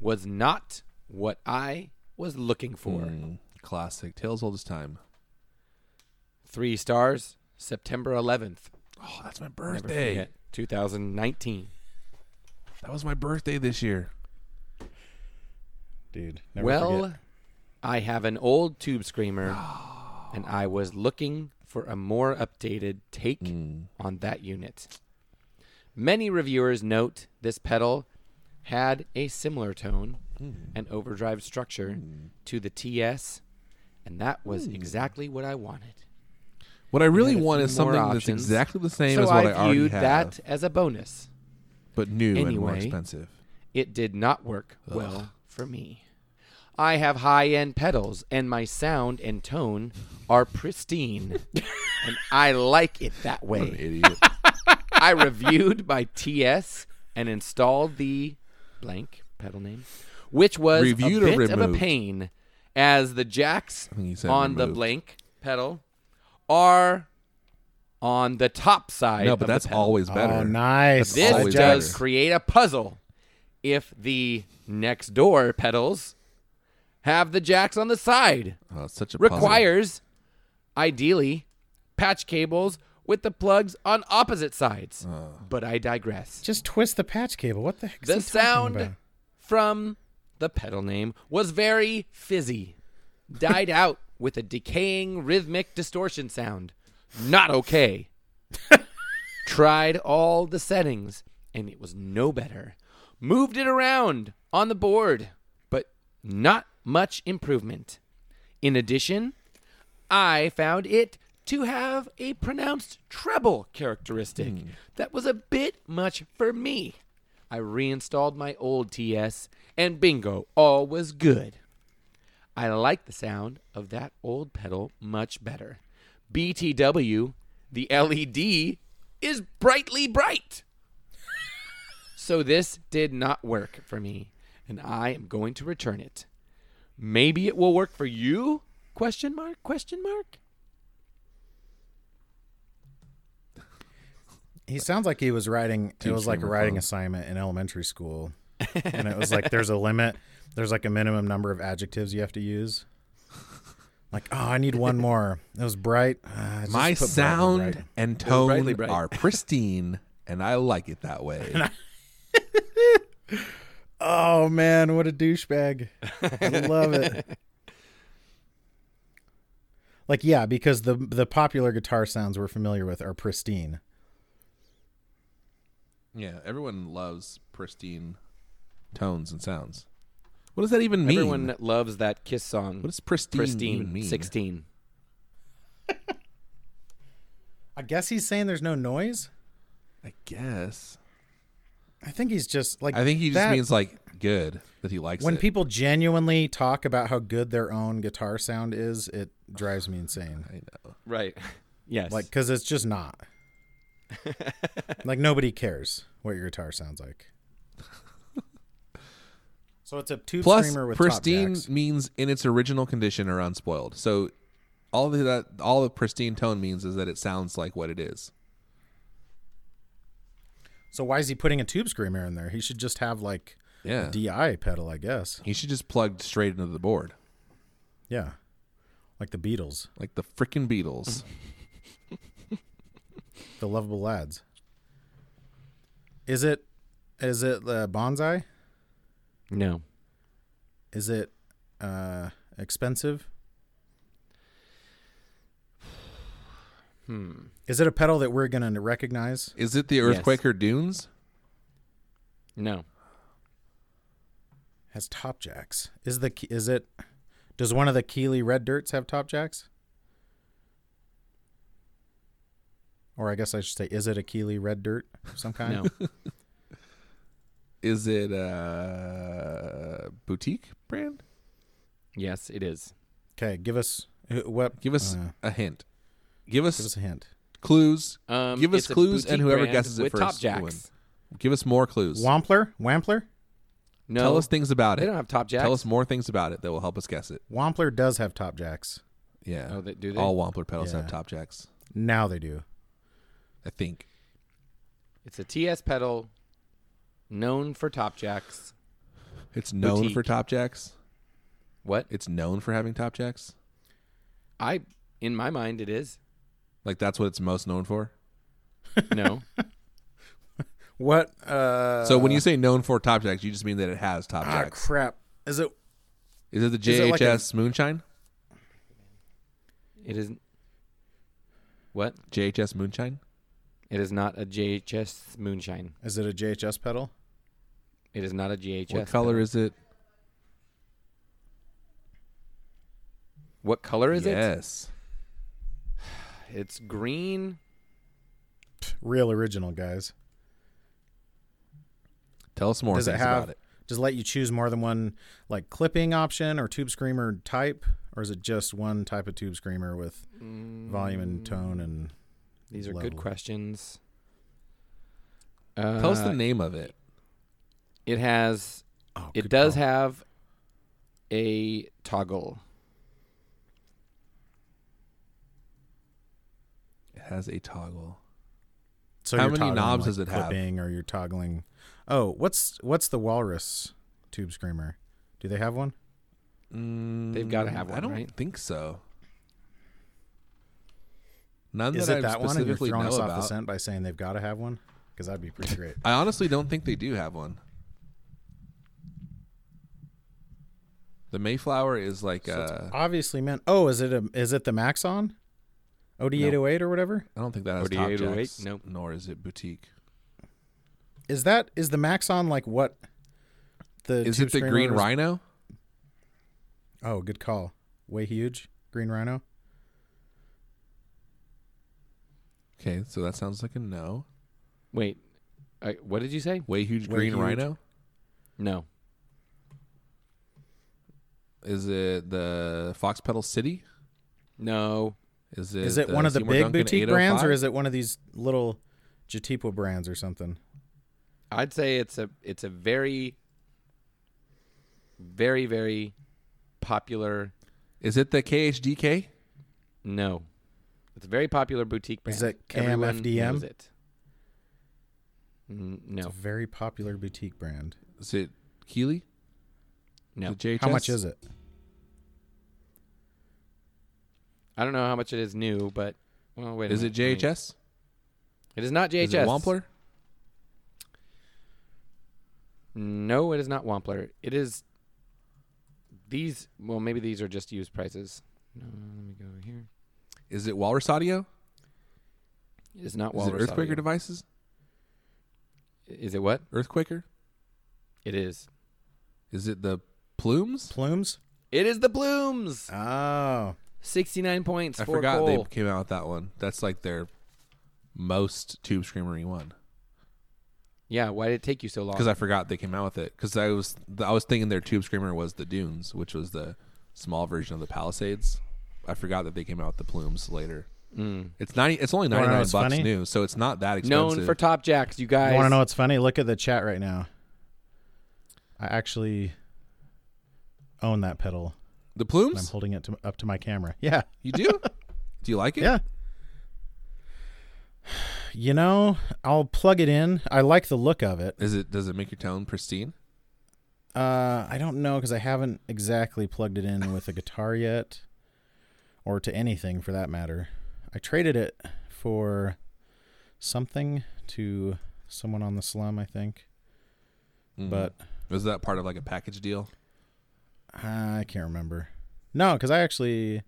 B: Was Not What I Was Looking For."
A: Mm, classic. Tales Old as Time.
B: Three stars. September eleventh,
A: Oh, that's my birthday.
B: two thousand nineteen.
A: That was my birthday this year.
C: dude. Never
B: Well,
C: forget.
B: I have an old tube screamer, and I was looking for a more updated take
A: Hmm.
B: on that unit. Many reviewers note this pedal had a similar tone
A: Hmm.
B: and overdrive structure to the TS, and that was
A: Hmm.
B: exactly what I wanted.
A: What I really
B: had a
A: want
B: few
A: is
B: more
A: something that's
B: options.
A: exactly the same
B: so
A: as what I,
B: I
A: already
B: viewed
A: have,
B: that as a bonus.
A: but new and more
B: Anyway.
A: expensive.
B: it did not work well for me. I have high end pedals, and my sound and tone are pristine, and I like it that
A: What an
B: way.
A: idiot.
B: I reviewed my TS and installed the blank pedal name, which was
A: Reviewed or
B: a bit of a
A: removed?
B: pain, as the jacks
A: think you said
B: on the
A: removed.
B: blank pedal are on the top side.
A: no,
B: of
A: but
B: the
A: that's
B: pedal.
A: always better.
C: oh nice.
B: This
A: Always
B: does
A: better.
B: create a puzzle. If the next door pedals have the jacks on the side,
A: Oh, it's such a puzzle.
B: requires ideally patch cables with the plugs on opposite sides.
A: Uh.
B: But I digress.
C: Just twist the patch cable. What the heck?
B: The
C: is he talking
B: sound
C: about?
B: from the pedal name was very fizzy, died out with a decaying rhythmic distortion sound. Not okay. Tried all the settings and it was no better. Moved it around on the board, but not much improvement. In addition, I found it to have a pronounced treble characteristic that was a bit much for me. I reinstalled my old TS, and bingo, all was good. I like the sound of that old pedal much better. BTW, the LED is brightly bright. so this did not work for me, and I am going to return it. Maybe it will work for you? Question mark? Question mark?
C: He sounds like he was writing. It was like a
A: screamer
C: writing
A: club.
C: assignment in elementary school, and it was like there's a limit. There's like a minimum number of adjectives you have to use. Like, oh, I need one more. It was bright. Uh, just
A: My
C: put bright and
A: sound
C: bright.
A: and
B: brightly
A: tone
B: bright.
A: are pristine, and I like it that way.
C: Oh man, what a douchebag! I love it. Like, yeah, because the the popular guitar sounds we're familiar with are pristine.
A: yeah, everyone loves pristine tones and sounds. What does that even mean?
B: Everyone loves that Kiss song.
A: what does pristine, even
B: Pristine
A: mean?
B: 16.
C: I guess he's saying there's no noise.
A: I guess.
C: I think he's just like
A: I think he just
C: that-
A: means like good that he likes
C: when
A: it.
C: people genuinely talk about how good their own guitar sound is, it drives me insane.
A: I know.
B: Right. Yes.
C: Like, because it's just not. like, nobody cares what your guitar sounds like. So it's a tube
A: Plus,
C: screamer with
A: pristine
C: top jacks.
A: means in its original condition or unspoiled. So all the, that all the pristine tone means is that it sounds like what it is.
C: So why is he putting a tube screamer in there? He should just have like
A: Yeah.
C: a DI pedal, I guess.
A: he should just plug straight into the board
C: Yeah, like the Beatles,
A: like the freaking Beatles.
C: the Lovable Lads. Is it? Is it uh, bonsai?
B: no.
C: Is it uh, expensive?
B: Hmm.
C: Is it a pedal that we're gonna recognize?
A: is it the Earthquaker Dunes?
B: No.
C: Has top jacks? Is the is it? Does one of the Keeley Red Dirts have top jacks? Or I guess I should say, is it a Keeley Red Dirt of some kind?
B: No.
A: Is it a boutique brand?
B: yes, it is.
C: Okay, give us wh- what?
A: Give us
C: uh,
A: a hint. Give us,
C: give us a hint.
A: clues.
B: Um,
A: Give us
B: it's a
A: clues, and
B: boutique
A: whoever
B: brand
A: guesses it
B: with
A: first
B: top jacks.
A: wins. Give us more clues.
C: Wampler? Wampler?
B: No,
A: Tell us things about
B: they
A: it.
B: don't have top jacks.
A: Tell us more things about it that will help us guess it.
C: Wampler does have top jacks.
A: Yeah.
B: Oh, they- do they?
A: All Wampler pedals
C: Yeah.
A: have top jacks.
C: Now they do.
A: I think.
B: It's a TS pedal known for top jacks.
A: It's known
B: Boutique.
A: for top jacks.
B: What?
A: It's known for having top jacks.
B: I in my mind it is.
A: Like that's what it's most known for.
B: No.
C: What? Uh,
A: So when you say known for top jacks, you just mean that it has top
C: ah,
A: jacks.
C: crap. Is it?
A: Is it the
C: Is it
A: JHS
C: like
A: Moonshine?
B: it isn't What?
A: JHS Moonshine?
B: It is not a JHS moonshine.
C: Is it a JHS pedal?
B: It is not a JHS.
A: what color
B: pedal.
A: is it?
B: What color is it?
A: yes.
B: It's green.
C: Real original, guys.
A: Tell us more
C: Does it
A: things
C: have?
A: about it.
C: Does it let you choose more than one like clipping option or tube screamer type, or is it just one type of tube screamer with volume and tone and?
B: These are good
C: level.
B: questions. Uh,
A: Tell us the name of it.
B: It has.
C: Oh,
B: It
C: good
B: does
C: call.
B: have a toggle.
A: It has a toggle.
C: So
A: how
C: you're
A: many
C: toggling,
A: knobs
C: like,
A: does it have?
C: Clipping, or you're toggling. Oh, what's what's the walrus tube screamer? Do they have one? Mm,
B: They've gotta have
A: I
B: one,
A: don't
B: right?
A: think so. None
C: Is
A: that
C: it
A: I
C: that one? And you're
A: specifically
C: throwing
A: know
C: us off the
A: about.
C: scent by saying they've got to have one? Because that'd be pretty great.
A: I honestly don't think they do have one. The Mayflower is like uh,
C: Obviously, meant. Oh, is it a is it the Maxon? OD808 or whatever?
A: I don't think that has top
B: 4808?
A: jacks.
B: Nope.
A: Nor is it boutique.
C: Is that is the Maxon like what? The
A: Is
C: tube
A: it the
C: screamer
A: Green
C: was-
A: Rhino?
C: Oh, good call. Way huge. Green Rhino.
A: Okay, so that sounds like a no.
B: Wait, I, what did you say?
A: Way huge
C: Way
A: Green
C: huge.
A: Rhino.
B: No,
A: Is it the Fox Pedal City?
B: no.
A: Is it
C: Is it one of the
A: Seymour
C: big
A: Duncan
C: boutique brands or
A: 805?
C: is it one of these little Jatipa brands or something?
B: I'd say it's a it's a very, very very popular.
A: Is it the KHDK?
B: No, it's a very popular boutique brand.
C: Is it
B: Everyone
C: KMFDM?
B: knows it. N-
C: It's
B: No,
C: a very popular boutique brand.
A: Is it Keeley?
B: no.
A: The JHS?
C: How much is it?
B: I don't know how much it is new, but well, wait. a
A: Is it
B: minute, wait.
A: JHS?
B: It is not JHS.
A: Is it Wampler?
B: No, it is not Wampler. It is these. Well, maybe these are just used prices. No, let me go over here.
A: Is it Walrus Audio?
B: It is not
A: Is it
B: Walrus.
A: Earthquaker
B: Audio.
A: Devices?
B: Is it what?
A: Earthquaker?
B: It is.
A: Is it the Plumes?
C: Plumes?
B: It is the Blooms.
C: Oh.
B: Sixty-nine points.
A: I
B: for
A: forgot
B: Cole.
A: they came out with that one. That's like their most tube screamery one.
B: Yeah. Why did it take you so long?
A: Because I forgot they came out with it. Because I was I was thinking their tube screamer was the Dunes, which was the small version of the Palisades. I forgot that they came out with the Plumes later.
B: Mm.
A: It's ninety. It's only
C: wanna
A: ninety
C: know
A: nine bucks
C: what's funny?
A: new, so it's not that expensive.
B: known for top jacks. You guys
C: You want to know what's funny? Look at the chat right now. I actually own that pedal
A: the
C: and I'm
A: Plumes.
C: holding it to, up to my camera. Yeah.
A: You do? do you like it?
C: Yeah. You know, I'll plug it in. I like the look of it.
A: Is it? Does it make your tone pristine?
C: Uh, I don't know because I haven't exactly plugged it in with a guitar yet, or to anything for that matter. I traded it for something to someone on the slum, I think,
A: Mm.
C: but
A: was that part of like a package deal?
C: I can't remember. No, because I actually,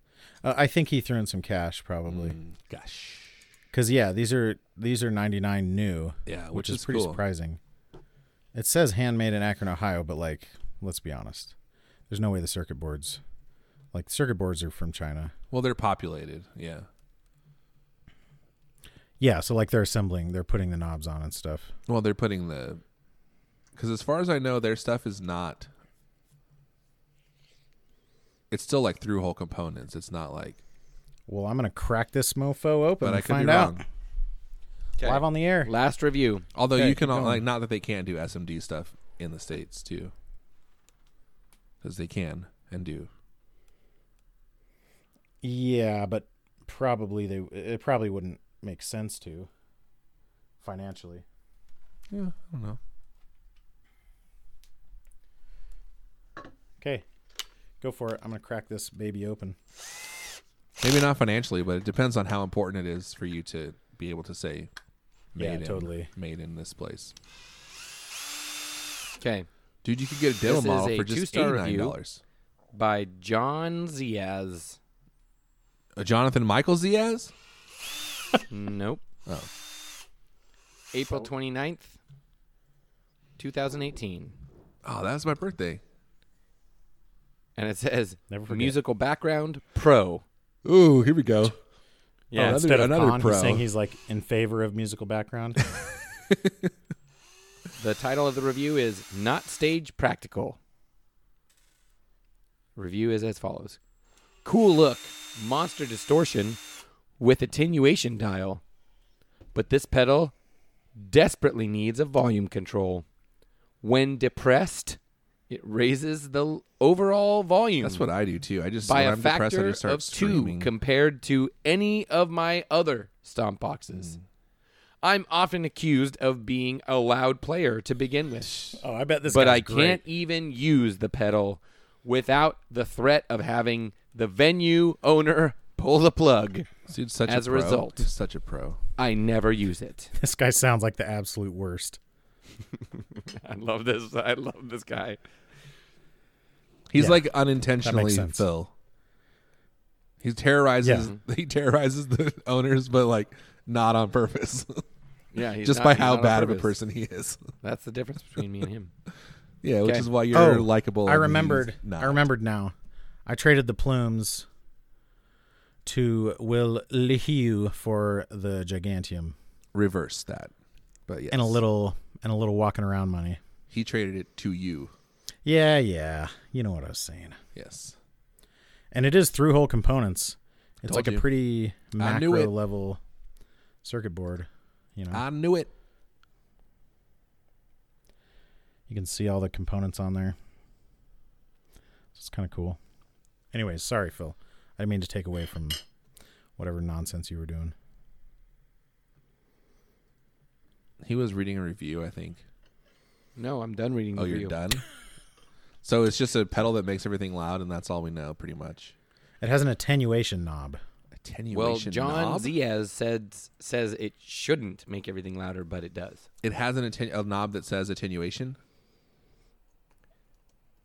C: uh, I think he threw in some cash probably.
A: Mm, gosh.
C: Because yeah, these are these are ninety nine new,
A: Yeah, which,
C: which,
A: is,
C: is, pretty
A: cool.
C: surprising. It says handmade in Akron, Ohio, but like, let's be honest, there's no way the circuit boards, like circuit boards, are from China.
A: Well, they're populated. Yeah.
C: Yeah, so like they're assembling, they're putting the knobs on and stuff.
A: Well, they're putting the because as far as I know, their stuff is not. It's still like through hole components. It's not like,
C: Well, I'm gonna crack this mofo open
A: but
C: and
A: I could be
C: find out
A: wrong.
B: Okay.
C: live on the air.
B: Last review.
A: Although
C: Okay,
A: you can
C: keep
A: al-
C: going.
A: like not that they can't do SMD stuff in the states too, because they can and do.
C: Yeah, but probably they it probably wouldn't make sense to. financially.
A: Yeah, I don't know.
C: Okay, go for it. I'm gonna crack this baby open.
A: Maybe not financially, but it depends on how important it is for you to be able to say made
C: Yeah,
A: in,
C: totally.
A: made in this place.
B: Okay.
A: Dude, you could get a demo
B: This is
A: model
B: a
A: for just
B: two-star
A: $89.
B: review. By John Ziaz.
A: A Jonathan Michael Diaz?
B: Nope.
A: Oh.
B: April 29th, 2018.
A: Oh, that was my birthday.
B: And it says
C: Never forget.
B: musical background pro.
A: Ooh, here we go.
C: Yeah,
A: another-
C: Oh, instead of
A: another
C: con, he's
A: pro.
C: saying he's like in favor of musical background.
B: The title of the review is Not Stage Practical. Review is as follows Cool look, monster distortion with attenuation dial. But this pedal desperately needs a volume control. When depressed, it raises the l- overall volume.
A: That's what I do too. I just
B: by
A: when
B: a
A: I'm depressed, I
B: factor
A: just start
B: of
A: screaming.
B: two compared to any of my other stomp boxes.
A: Mm.
B: I'm often accused of being a loud player to begin with,
C: oh, I bet this.
B: but
C: guy's
B: I
C: great.
B: can't even use the pedal without the threat of having the venue owner pull the plug.
A: Dude, such
B: As a
A: pro.
B: result.
A: He's such a pro.
B: I never use it.
C: This guy sounds like the absolute worst.
B: I love this. I love this guy.
A: He's
C: Yeah.
A: like unintentionally
C: sense.
A: Phil. He terrorizes he terrorizes the owners, but like not on purpose.
B: Yeah, he's
A: just
B: not-
A: by
B: he's
A: how
B: not on
A: bad of a
B: purpose.
A: person he is.
B: That's the difference between me and him.
A: Yeah, which
B: Okay.
A: is why you're
C: Oh,
A: likable.
C: I
A: and he's
C: remembered.
A: not.
C: I remembered now. I traded the plumes to Will Lihiu for the Gigantium
A: reverse that. But yes,
C: and a little and a little walking around money.
A: he traded it to you.
C: Yeah, yeah. You know what I was saying.
A: Yes.
C: And it is through hole components. It's
A: Told
C: like
A: you.
C: a pretty
A: I knew it.
C: macro level circuit board. You know,
A: I knew it.
C: you can see all the components on there. So it's kind of cool. Anyways, sorry, Phil. I didn't mean to take away from whatever nonsense you were doing.
A: He was reading a review, I think.
B: No, I'm done reading the
A: Oh, you're
B: review.
A: done? so it's just a pedal that makes everything loud, and that's all we know, pretty much.
C: It has an attenuation knob.
A: Attenuation
B: Well, John
A: knob?
B: Ziaz said says it shouldn't make everything louder, but it does.
A: it has an atten- a knob that says attenuation.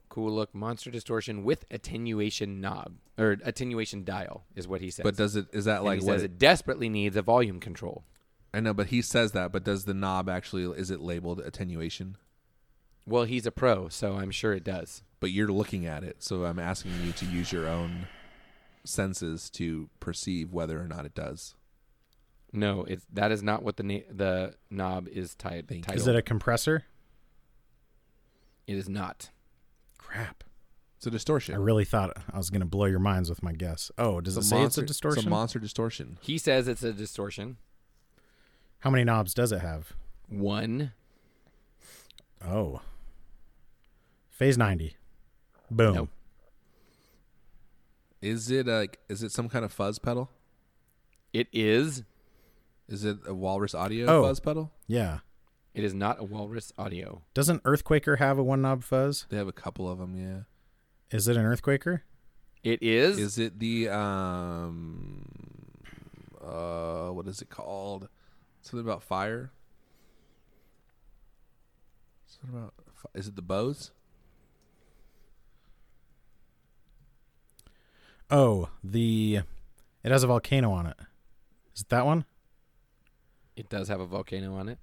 B: Cool look, monster distortion with attenuation knob or attenuation dial is what he says.
A: But does it is that
B: And
A: like
B: he
A: what
B: says
A: it-
B: it desperately needs a volume control.
A: I know, but he says that, but does the knob actually is it labeled attenuation?
B: Well, he's a pro, so I'm sure it does.
A: But you're looking at it, so I'm asking you to use your own senses to perceive whether or not it does.
B: No, it's that is not what the na- the knob is tied.
A: Thank you.
B: titled.
C: Is it a compressor?
B: it is not.
C: Crap.
A: It's a distortion.
C: I really thought I was going to blow your minds with my guess. Oh, does it say it's a distortion?
A: It's a monster distortion.
B: He says it's a distortion.
C: How many knobs does it have?
B: One.
C: Oh. Phase 90. Boom.
B: Nope.
A: Is it like is it some kind of fuzz pedal?
B: It is.
A: Is it a Walrus Audio
C: Oh.
A: fuzz pedal?
C: Yeah.
B: It is not a walrus audio.
C: Doesn't Earthquaker have a one knob fuzz?
A: They have a couple of them, yeah.
C: Is it an Earthquaker?
B: It is.
A: Is it the um uh what is it called? Something about fire? Something about fi- is it the bows?
C: Oh, the. It has a volcano on it. Is it that one?
B: it does have a volcano on it.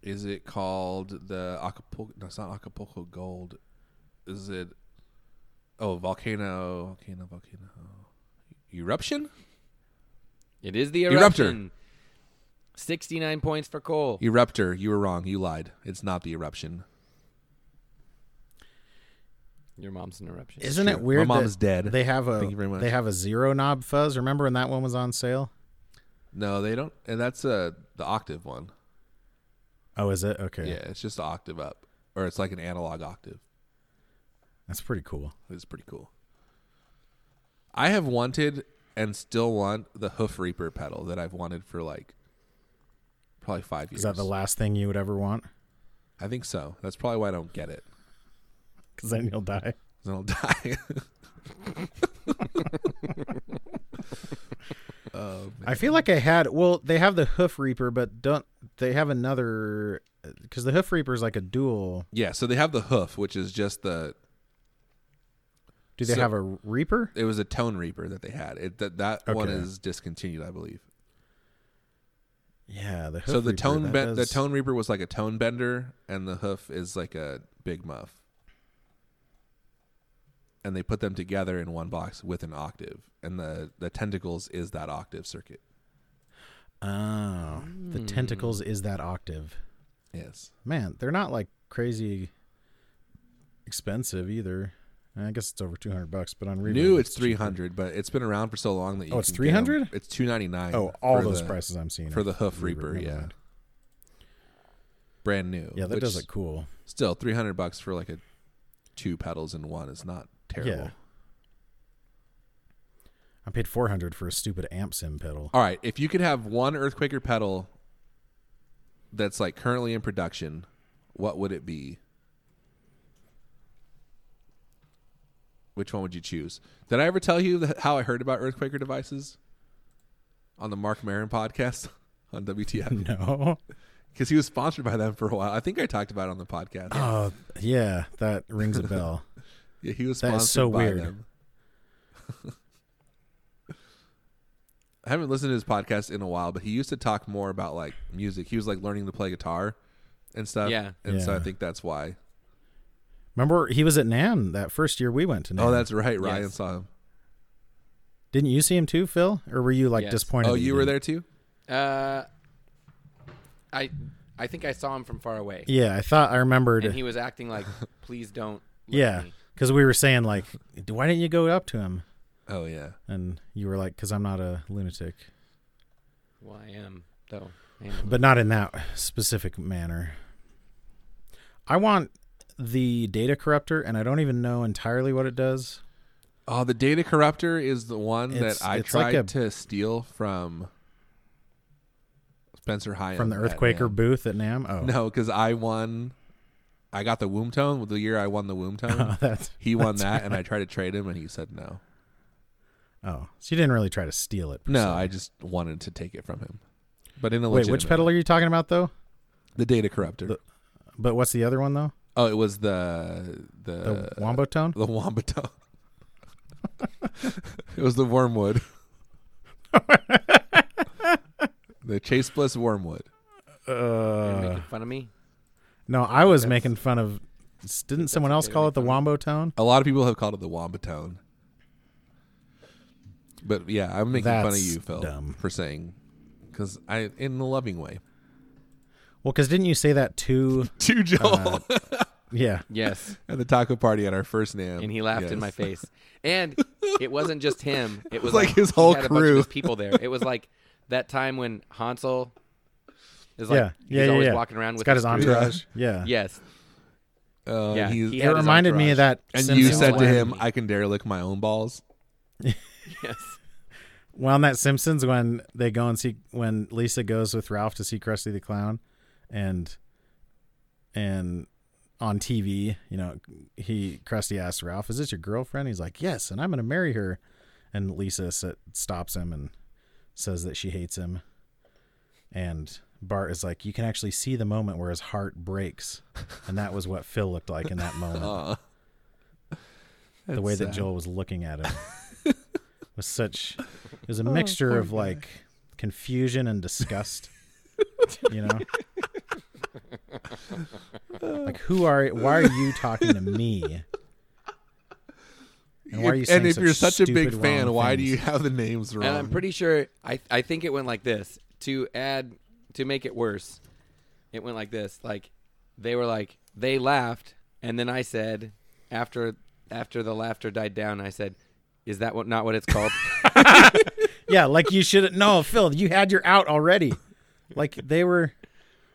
A: Is it called the Acapulco? No, it's not Acapulco Gold. Is it? Oh, volcano, volcano, volcano. Eruption?
B: It is the
A: Eruptor.
B: eruption. Sixty-nine points for Cole.
A: Eruptor. You were wrong. You lied. It's not the eruption.
B: Your mom's an eruption.
C: Isn't
A: true.
C: it
A: My
C: weird?
A: mom
C: that
A: is dead.
C: They have a
A: Thank you very much.
C: they have a zero knob fuzz. Remember when that one was on sale?
A: No, they don't. And that's uh, the octave one.
C: Oh, is it okay?
A: Yeah, it's just an octave up, or it's like an analog octave.
C: that's pretty cool.
A: It's pretty cool. I have wanted and still want the Hoof Reaper pedal that I've wanted for like probably five years.
C: Is that the last thing you would ever want?
A: I think so. That's probably why I don't get it.
C: Because then you'll die.
A: 'Cause I'll die. oh, man.
C: I feel like I had. Well, they have the Hoof Reaper, but don't they have another? Because the Hoof Reaper is like a dual.
A: yeah. So they have the hoof, which is just the.
C: Do they
A: So-
C: have a Reaper?
A: It was a tone reaper that they had. It that that one
C: Okay.
A: is discontinued, I believe.
C: Yeah, the Hoof
A: so the
C: Reaper,
A: tone
C: that
A: ben- the
C: does-
A: tone reaper was like a tone bender, and the hoof is like a big muff. And they put them together in one box with an octave, and the the tentacles is that octave circuit.
C: Oh, the tentacles
A: Hmm.
C: is that octave.
A: Yes.
C: Man, they're not like crazy expensive either. I guess it's over two hundred bucks, but on Reaper
A: New, it's
C: cheaper.
A: three hundred, but it's been around for so long that you.
C: Oh, it's
A: can get 'em.
C: 300?
A: It's two ninety nine.
C: Oh, all those prices I'm seeing
A: for
C: are
A: the hoof
C: Reaper,
A: reaper,
C: never
A: yeah,
C: mind.
A: brand new.
C: Yeah, that
A: which
C: does look cool.
A: Still, three hundred bucks for like a two pedals in one is not terrible.
C: Yeah. I paid four hundred for a stupid amp sim pedal.
A: All right, if you could have one Earthquaker pedal that's like currently in production, what would it be? Which one would you choose? Did I ever tell you that how I heard about Earthquaker devices on the Mark Marin podcast on WTF?
C: No.
A: Because he was sponsored by them for a while. I think I talked about it on the podcast.
C: Oh yeah, that rings a bell.
A: yeah, he was
C: that
A: sponsored
C: is so
A: by
C: weird.
A: them. I haven't listened to his podcast in a while, but he used to talk more about like music. He was like learning to play guitar and stuff.
B: Yeah.
A: And so I
C: Yeah.
A: think that's why.
C: Remember he was at Nam that first year we went to Nam.
A: Oh, that's right. Ryan
B: Yes.
A: saw him.
C: didn't you see him too, Phil? Or were you like
B: Yes.
C: disappointed?
A: Oh,
C: that
A: you were
C: didn't?
A: there too?
B: Uh, I I think I saw him from far away,
C: Yeah, I thought I remembered.
B: and he was acting like, "Please don't." look at
C: yeah,
B: me."
C: because we were saying like, "D- why didn't you go up to him?
A: Oh, yeah.
C: And you were like, because I'm not a lunatic,
B: Well, I am though. I am.
C: but not in that specific manner. I want the data corruptor, and I don't even know entirely what it does.
A: Oh, the data corruptor is the one
C: It's-
A: that I
C: it's like
A: tried
C: a-
A: to steal from Spencer Hyatt.
C: From the Earthquaker booth at Nam. Oh,
A: No, because I won. I got the womb tone with the year I won the womb tone.
C: Oh, that's
A: he won that, and I tried to trade him, and he said no.
C: oh, so you didn't really try to steal it. per se.
A: No, I just wanted to take it from him. But in a
C: Wait, which
A: legitimate
C: pedal
A: way.
C: are you talking about though?
A: The data corruptor.
C: The- But what's the other one though?
A: oh, it was the the
C: The
B: Uh,
C: Wombo Tone.
A: the wombo tone. it was the wormwood. the chase bliss wormwood.
B: You're
C: Uh,
B: making fun of me.
C: no, I was
B: That's-
C: making fun of. s- Didn't someone else
B: okay to
C: call
B: make
C: it the
B: fun of.
C: Wombo Tone?
A: A lot of people have called it the wombo tone. But yeah, I'm making fun of
C: That's
A: you, Phil,
C: dumb.
A: for saying because I in a loving way
C: Well, because didn't you say that to?
A: to Joel
C: Yeah,
B: Yes,
A: at the taco party at our first name,
B: and he laughed in my face. And it wasn't just him; it was
A: Like
B: like
A: his
B: he
A: whole
B: had a bunch of
A: crew.
B: his people there. It was like that time when Hansel is like
C: yeah, yeah,
B: he's
C: yeah,
B: always
C: yeah.
B: walking around
C: It's
B: with
C: got his
B: crew.
C: entourage. Yeah,
B: Yes,
A: Uh,
B: Yeah,
A: he's-
B: he
C: It
B: had his
C: reminded me
B: entourage.
C: of that.
A: And
C: Simpsons
A: you said to
C: one.
A: him, "I can dare lick my own balls."
B: yes.
C: "Well, in that Simpsons when they go and see when Lisa goes with Ralph to see Krusty the Clown, and and on TV, you know, he Krusty asks Ralph, "Is this your girlfriend?" He's like, "Yes," and I'm going to marry her. And Lisa s- stops him and says that she hates him. And Bart is like, "You can actually see the moment where his heart breaks," and that was what Phil looked like in that moment.
A: Uh,
C: the way that
A: sad.
C: Joel was looking at him was such it
A: Oh,
C: was a mixture of like confusion and disgust. you know? like who are why are you talking to me? And why are you
A: if,
C: saying
A: and if you're
C: such
A: such a big
C: stupid,
A: fan,
C: wrong
A: why do
C: things?
A: you have the names wrong?
B: And I'm pretty sure I I think it went like this to add to make it worse. It went like this. Like they were like they laughed and then I said after after the laughter died down I said is that what not what it's called?
C: Yeah, like you should no, Phil, you had your out already. Like they were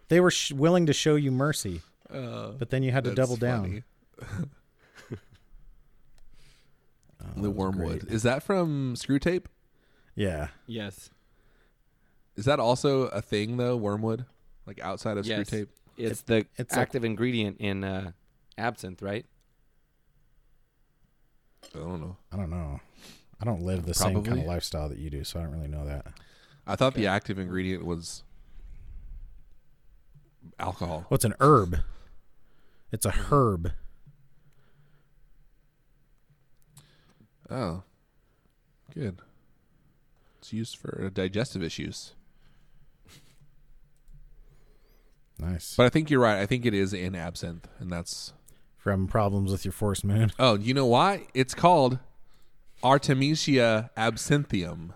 C: they were sh- willing to show you mercy,
A: Uh,
C: but then you had to
A: that's
C: double down.
A: funny.
C: Oh,
A: the wormwood is that from Screw Tape?
C: Yeah.
B: yes.
A: Is that also a thing though? Wormwood? like outside of
B: Yes.
A: screw tape?
B: It's the
C: it's like-
B: active ingredient in uh, absinthe, right?
A: I don't know.
C: I don't know. I don't live the same kind
A: Probably.
C: of lifestyle that you do, so I don't really know that.
A: I thought the active ingredient was alcohol.
C: Well, it's an herb. It's a herb.
A: Oh, good. It's used for digestive issues.
C: Nice.
A: But I think you're right. I think it is in absinthe, and that's
C: From problems with your force moon.
A: oh, you know why? It's called Artemisia absinthium.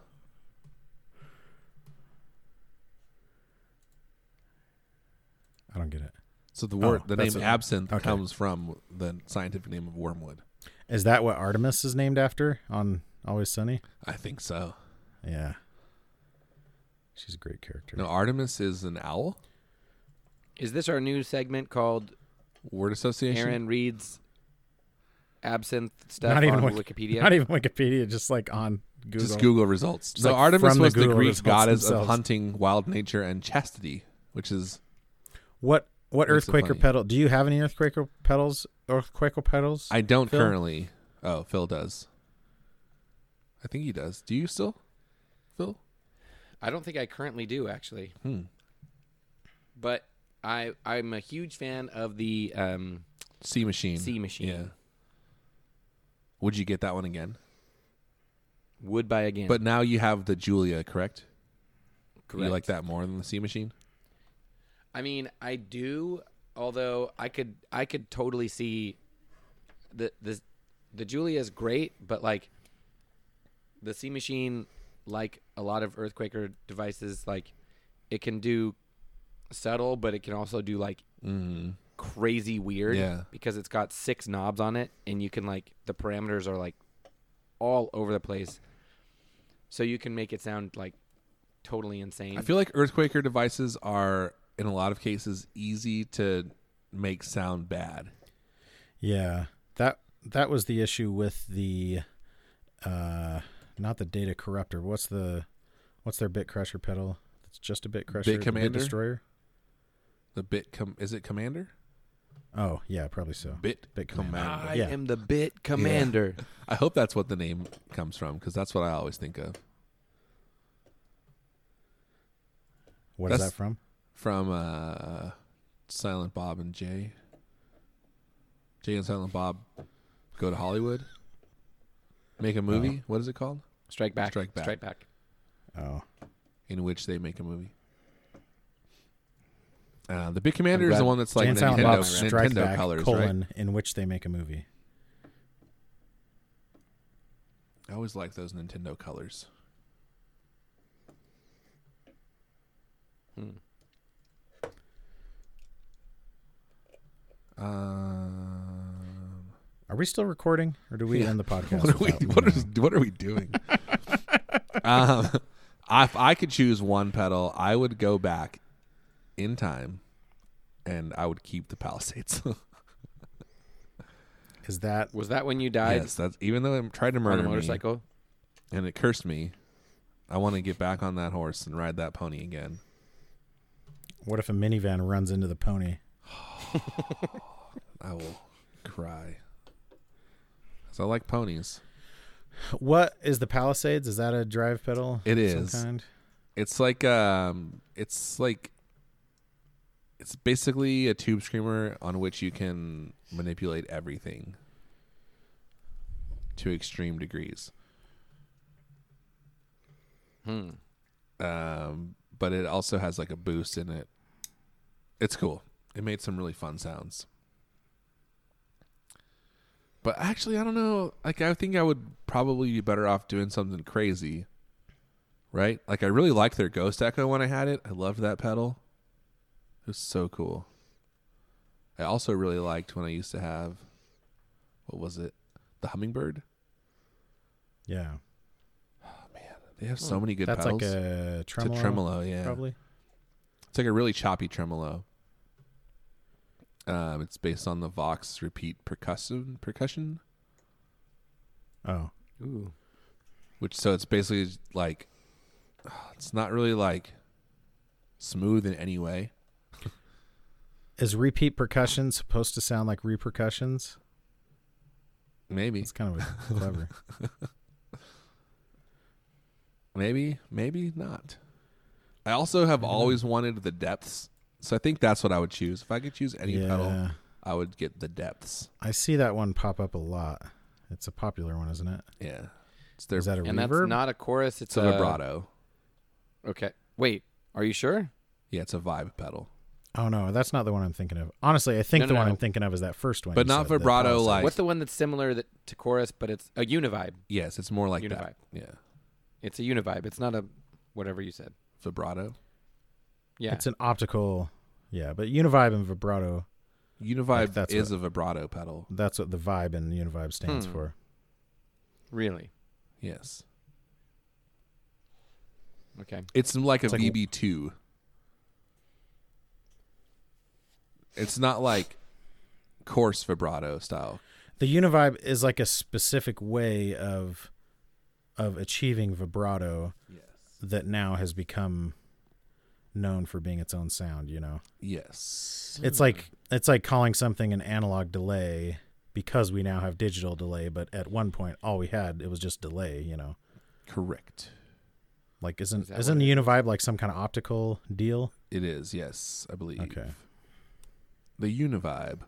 C: I don't get it.
A: So the word,
C: Oh,
A: the
C: that's
A: name
C: it.
A: absinthe
C: Okay.
A: comes from the scientific name of wormwood.
C: Is that what Artemis is named after on Always Sunny?
A: I think so.
C: Yeah. She's a great character.
A: No, Artemis is an owl.
B: Is this our new segment called
A: Word association.
B: Aaron Reads Absinthe Stuff
C: not even
B: on
C: Wik-
B: Wikipedia?
C: Not even Wikipedia, just like on Google.
A: Just Google results. so
C: like
A: Artemis
C: from the
A: was the
C: Google
A: Greek
C: results
A: goddess
C: themselves.
A: of hunting, wild nature, and chastity, which is
C: What what
A: Makes it
C: earthquaker
A: funny.
C: pedal? Do you have any earthquaker pedals? Earthquaker pedals?
A: I don't
C: Phil?
A: currently. Oh, Phil does. I think he does. Do you still, Phil?
B: I don't think I currently do actually.
A: Hmm.
B: But I I'm a huge fan of the um,
A: Sea machine.
B: Sea Machine.
A: Yeah. Would you get that one again?
B: Would Buy Again.
A: But now you have the Julia, correct? You
B: Correct.
A: like that more than the Sea Machine?
B: I mean, I do. Although I could, I could totally see the the the Julia is great, but like the Sea Machine, like a lot of Earthquaker devices, like it can do subtle, but it can also do like
A: Mm.
B: crazy weird.
A: Yeah.
B: Because it's got six knobs on it, and you can like the parameters are like all over the place, so you can make it sound like totally insane.
A: I feel like Earthquaker devices are, in a lot of cases, easy to make sound bad.
C: Yeah. That that was the issue with the uh not the data corruptor. What's the what's their bit crusher pedal? It's just a bit crusher. the
A: Commander?
C: bit destroyer.
A: The bit com- is it Commander?
C: Oh, yeah, probably so.
A: Bit,
C: Bit
A: Commander.
B: I
C: Yeah.
B: am the bit commander.
A: I hope that's what the name comes from because that's what I always think of.
C: What is
A: That's-
C: that from?
A: from uh, Silent Bob and Jay. Jay and Silent Bob go to Hollywood, make a
C: Uh-huh.
A: movie. What is it called?
B: Strike back.
A: Strike back.
B: Strike back.
C: Oh.
A: In which they make a movie. Uh, the Big Commander is
B: glad-
A: the one that's like
C: Jan Silent
A: Nintendo,
C: Bob Strike
A: Nintendo
C: Back,
A: colors, right?
C: colon, in which they make a movie.
A: I always like those Nintendo colors.
B: Hmm.
A: Um,
C: Are we still recording or do we
A: Yeah.
C: end the podcast?
A: What are we?
C: without-
A: What is? What are we doing? um, I- if I could choose one pedal, I would go back in time, and I would keep the Palisades.
C: Is that
B: Was that when you died
A: yes, that's even though it tried to
B: on a
A: murder me
B: motorcycle?
A: and it cursed me. I want to get back on that horse and ride that pony again.
C: what if a minivan runs into the pony?
A: I will cry. 'Cause I like ponies.
C: What is the Palisades? Is that a drive pedal?
A: It
C: of some
A: is.
C: kind?
A: It's like um, it's like it's basically a tube screamer on which you can manipulate everything to extreme degrees.
B: Hmm.
A: Um, but it also has like a boost in it. It's cool. It made some really fun sounds. But actually, I don't know. Like, I think I would probably be better off doing something crazy, right? Like, I really liked their Ghost Echo when I had it. I loved that pedal. It was so cool. I also really liked when I used to have, what was it, the Hummingbird.
C: Yeah.
A: They have so many good
C: Hmm. That's
A: pedals.
C: like a
A: It's a
C: tremolo,
A: tremolo, yeah.
C: probably.
A: It's like a really choppy tremolo. Um, it's based on the Vox repeat percussion percussion,
C: Oh.
B: Ooh.
A: which so it's basically like it's not really like smooth in any way.
C: Is repeat percussion supposed to sound like repercussions?
A: Maybe,
C: It's kind of clever.
A: maybe, maybe not. I also have always wanted the depths, so I think that's what I would choose. If I could choose any pedal,
C: yeah,
A: I would get the depths.
C: I see that one pop up a lot. It's a popular one, isn't it?
A: Yeah, it's their
C: Is that a
B: And
C: reverb?
B: that's not a chorus.
A: it's
B: It's
A: a vibrato.
B: Okay. Wait. Are you sure?
A: Yeah, it's a vibe pedal,
C: oh no, that's not the one I'm thinking of. Honestly, I think
B: No,
C: the
B: no,
C: one
B: no.
C: I'm thinking of is that first one.
A: but
C: you
A: not
C: said, the
A: vibrato
C: pulse.
A: like.
B: What's the one that's similar that, to chorus, but it's a univibe?
A: yes, it's more like that.
B: Univibe.
A: Yeah,
B: It's a univibe. It's not a whatever you said.
A: vibrato.
B: Yeah.
C: It's an optical. Yeah, but univibe and vibrato.
A: Univibe
C: that's
A: is a vibrato pedal.
C: That's what the vibe in univibe stands
B: Hmm.
C: for.
B: really.
A: Yes,
B: Okay.
A: it's like
C: It's
A: a
C: like-
A: VB two. It's not like coarse vibrato style.
C: The univibe is like a specific way of of achieving vibrato
A: Yes.
C: that now has become known for being its own sound. You know.
A: Yes.
C: It's like it's like calling something an analog delay because we now have digital delay, but at one point all we had it was just delay, you know.
A: Correct.
C: Like isn't
B: Is that
C: is isn't
B: what it
C: Univibe like some kind of optical deal?
A: It is, yes, I believe.
C: Okay.
A: The Univibe.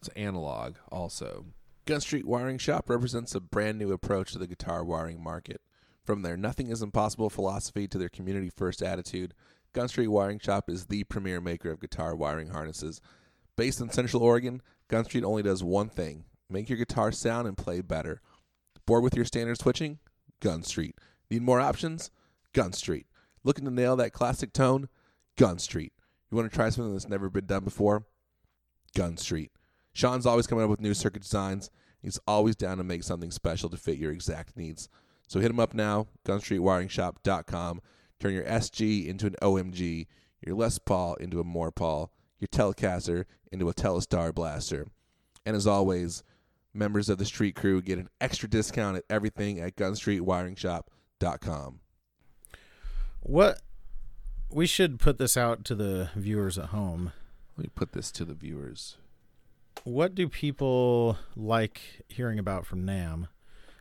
A: It's analog also. Gun Street Wiring Shop represents a brand new approach to the guitar wiring market. From their nothing is impossible philosophy to their community first attitude, Gun Street Wiring Shop is the premier maker of guitar wiring harnesses. Based in Central Oregon, Gun Street only does one thing make your guitar sound and play better. Bored with your standard switching? Gun Street. Need more options? Gun Street. Looking to nail that classic tone? Gun Street. You want to try something that's never been done before? Gun Street. Sean's always coming up with new circuit designs. He's always down to make something special to fit your exact needs. So hit him up now, gunstreetwiringshop.com. Turn your SG into an OMG, your Les Paul into a More Paul, your Telecaster into a Telestar Blaster. And as always, members of the street crew get an extra discount at everything at gunstreetwiringshop.com.
C: What we should put this out to the viewers at home.
A: Let me put this to the viewers.
C: What do people like hearing about from NAM?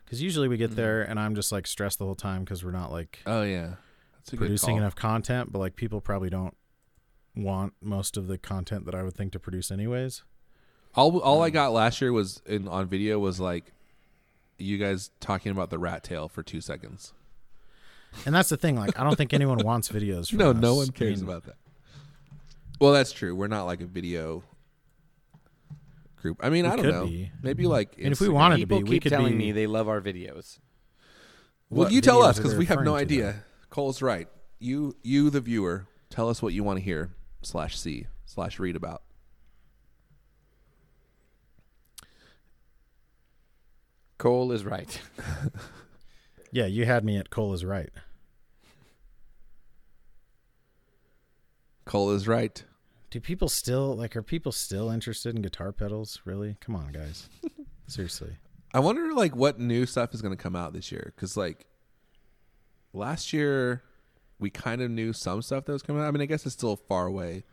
C: Cuz usually we get there and I'm just like stressed the whole time cuz we're not like
A: Oh yeah, that's a
C: producing
A: good call.
C: enough content, but like people probably don't want most of the content that I would think to produce anyways.
A: All all I
C: Mm.
A: got last year was in on video was like you guys talking about the rat tail for two seconds.
C: And that's the thing like I don't think anyone wants videos from us. I mean,
A: about that. Well, that's true. We're not like a video group. I mean,
C: We
A: I don't
C: could
A: know.
C: be.
A: Maybe like
C: mean, if we
A: Instagram.
C: wanted to
B: People
C: be,
B: keep
C: we could
B: telling
C: be-
B: me they love our videos.
A: Well,
C: what
A: you tell
C: videos
A: us
C: are
A: because
C: they
A: we have no
C: referring to, though?
A: idea. Cole's right. You you the viewer, tell us what you want to hear slash see slash read about.
B: Cole is right.
C: Yeah, you had me at Cole is right.
A: Cole is right.
C: Do people still like are people still interested in guitar pedals? Really? Come on, guys. Seriously.
A: I wonder like what new stuff is going to come out this year because like last year we kind of knew some stuff that was coming out. I mean, I guess it's still far away.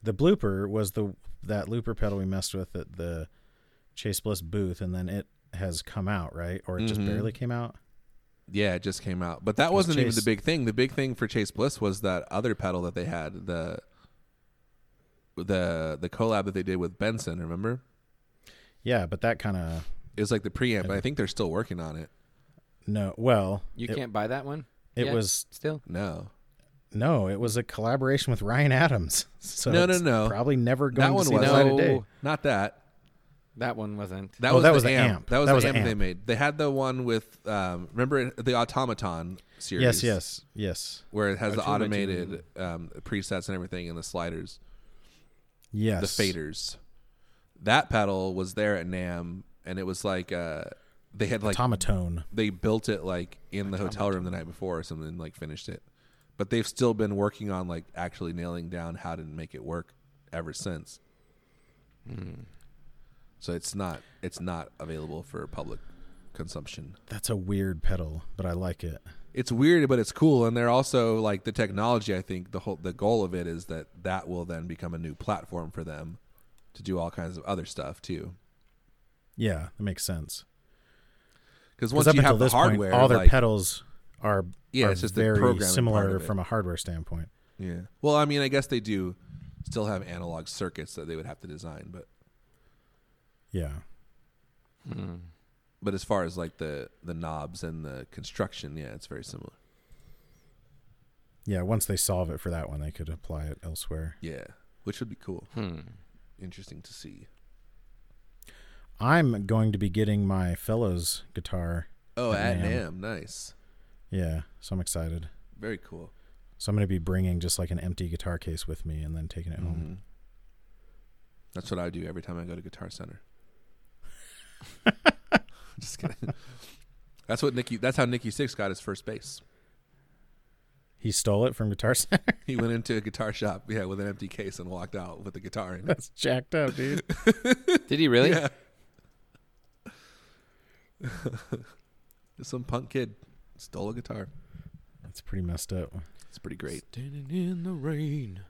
C: The blooper was the that looper pedal we messed with at the Chase Bliss booth and then it has come out, right? Or it just
A: Mm-hmm.
C: barely came out.
A: Yeah, it just came out, but that wasn't even
C: Chase-
A: the big thing. The big thing for Chase Bliss was that other pedal that they had the the the collab that they did with Benson. Remember,
C: Yeah, but that kind of
A: it was like the preamp. and I think they're still working on it.
C: no, well,
B: You
C: it,
B: can't buy that one.
C: it
B: yet
C: was
B: still.
A: No,
C: no, it was a collaboration with Ryan Adams. So
A: No, no,
C: it's
A: no.
C: Probably never going
A: that one
C: to
A: was
C: see the light of
B: No.
C: day.
A: not that.
B: That one wasn't.
A: That
C: Oh,
A: was
C: that
A: the
C: was the
A: amp.
C: amp.
A: That was
C: That
A: the
C: was the
A: amp, they
C: amp.
A: made. They had the one with um, remember it- the automaton series.
C: Yes, yes, yes.
A: where it has the
B: Automaton.
A: automated um, presets and everything and the sliders,
C: Yes.
A: the faders. That pedal was there at NAM, and it was like uh, they had like
C: Automatone.
A: they built it like in the hotel room the night before or something, and, like finished it. But they've still been working on like actually nailing down how to make it work ever since. So it's not it's not available for public consumption.
C: That's a weird pedal, but I like it.
A: it's weird, but it's cool. And they're also like the technology. I think the whole the goal of it is that that will then become a new platform for them to do all kinds of other stuff too.
C: Yeah, that makes sense.
A: Because
C: 'Cause
A: once
C: up
A: you
C: until
A: have the
C: this point,
A: hardware,
C: all their
A: like,
C: pedals are
A: Yeah,
C: are
A: it's just the
C: very
A: programming part
C: similar
A: of it.
C: from a hardware standpoint.
A: yeah. Well, I mean, I guess they do still have analog circuits that they would have to design, but
C: Yeah,
B: Mm.
A: but as far as like the the knobs and the construction, yeah, it's very similar.
C: yeah. Once they solve it for that one, they could apply it elsewhere.
A: Yeah, which would be cool,
B: Hmm.
A: interesting to see.
C: I'm going to be getting my fellows guitar.
A: Oh, at
C: At NAMM.
A: Nam, nice,
C: Yeah, so I'm excited.
A: very cool.
C: So I'm going to be bringing just like an empty guitar case with me and then taking it
A: Mhm.
C: home.
A: That's what I do every time I go to Guitar Center. Just kidding. That's what Nikki. That's how Nikki Six got his first bass.
C: He stole it from Guitar Center.
A: He went into a guitar shop, yeah, with an empty case and walked out with the guitar in it.
C: That's jacked up, dude.
B: Did he really?
A: Yeah. Some punk kid stole a guitar.
C: That's pretty messed up.
A: It's pretty great.
B: Standing in the rain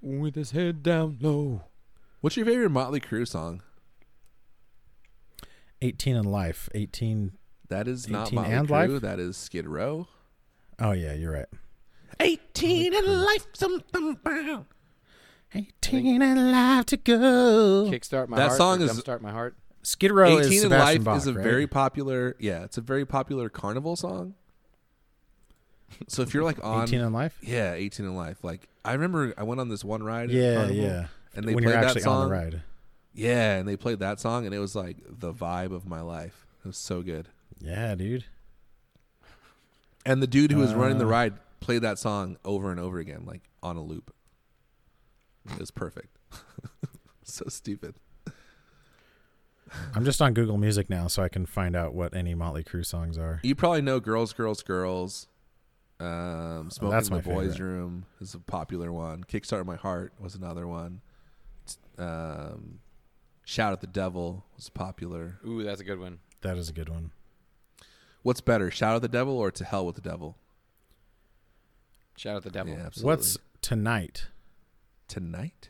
B: with his head down low.
A: What's your favorite Motley Crue song?
C: 18 in life. 18.
A: That is not
C: 18
A: Motley
C: and
A: Crue.
C: Life?
A: That is Skid Row.
C: Oh yeah, you're right.
A: 18 and life, something brown.
C: 18 and life to go.
B: Kickstart my
A: That
B: heart. or
A: song is-
B: Jumpstart my heart.
C: Skid Row
A: 18
C: is
A: and
C: Sebastian
A: Life
C: Bach,
A: is a
C: right?
A: very popular, yeah, it's a very popular carnival song. So if you're like on,
C: 18 in life.
A: yeah, 18 and Life. Like I remember I went on this one ride. at
C: Yeah,
A: carnival,
C: yeah.
A: And they
C: when
A: played
C: you're
A: that
C: actually
A: song.
C: on the ride.
A: Yeah, and they played that song, and it was like the vibe of my life. It was so good.
C: Yeah, dude.
A: And the dude who was running the
C: Uh.
A: ride played that song over and over again, like on a loop. It was perfect. so stupid.
C: I'm just on Google Music now, so I can find out what any Motley Crue songs are.
A: You probably know "Girls, Girls, Girls." Um, "Smoking
C: that's
A: in
C: my
A: the Boys'
C: favorite.
A: Room" is a popular one. "Kickstart My Heart" was another one. T- Um, "Shout at the Devil" was popular.
B: Ooh, that's a good one.
C: That is a good one.
A: What's better, "Shout at the Devil" or "To Hell with the Devil"?
B: Shout out the devil.
A: Yeah, absolutely.
C: What's tonight?
A: tonight?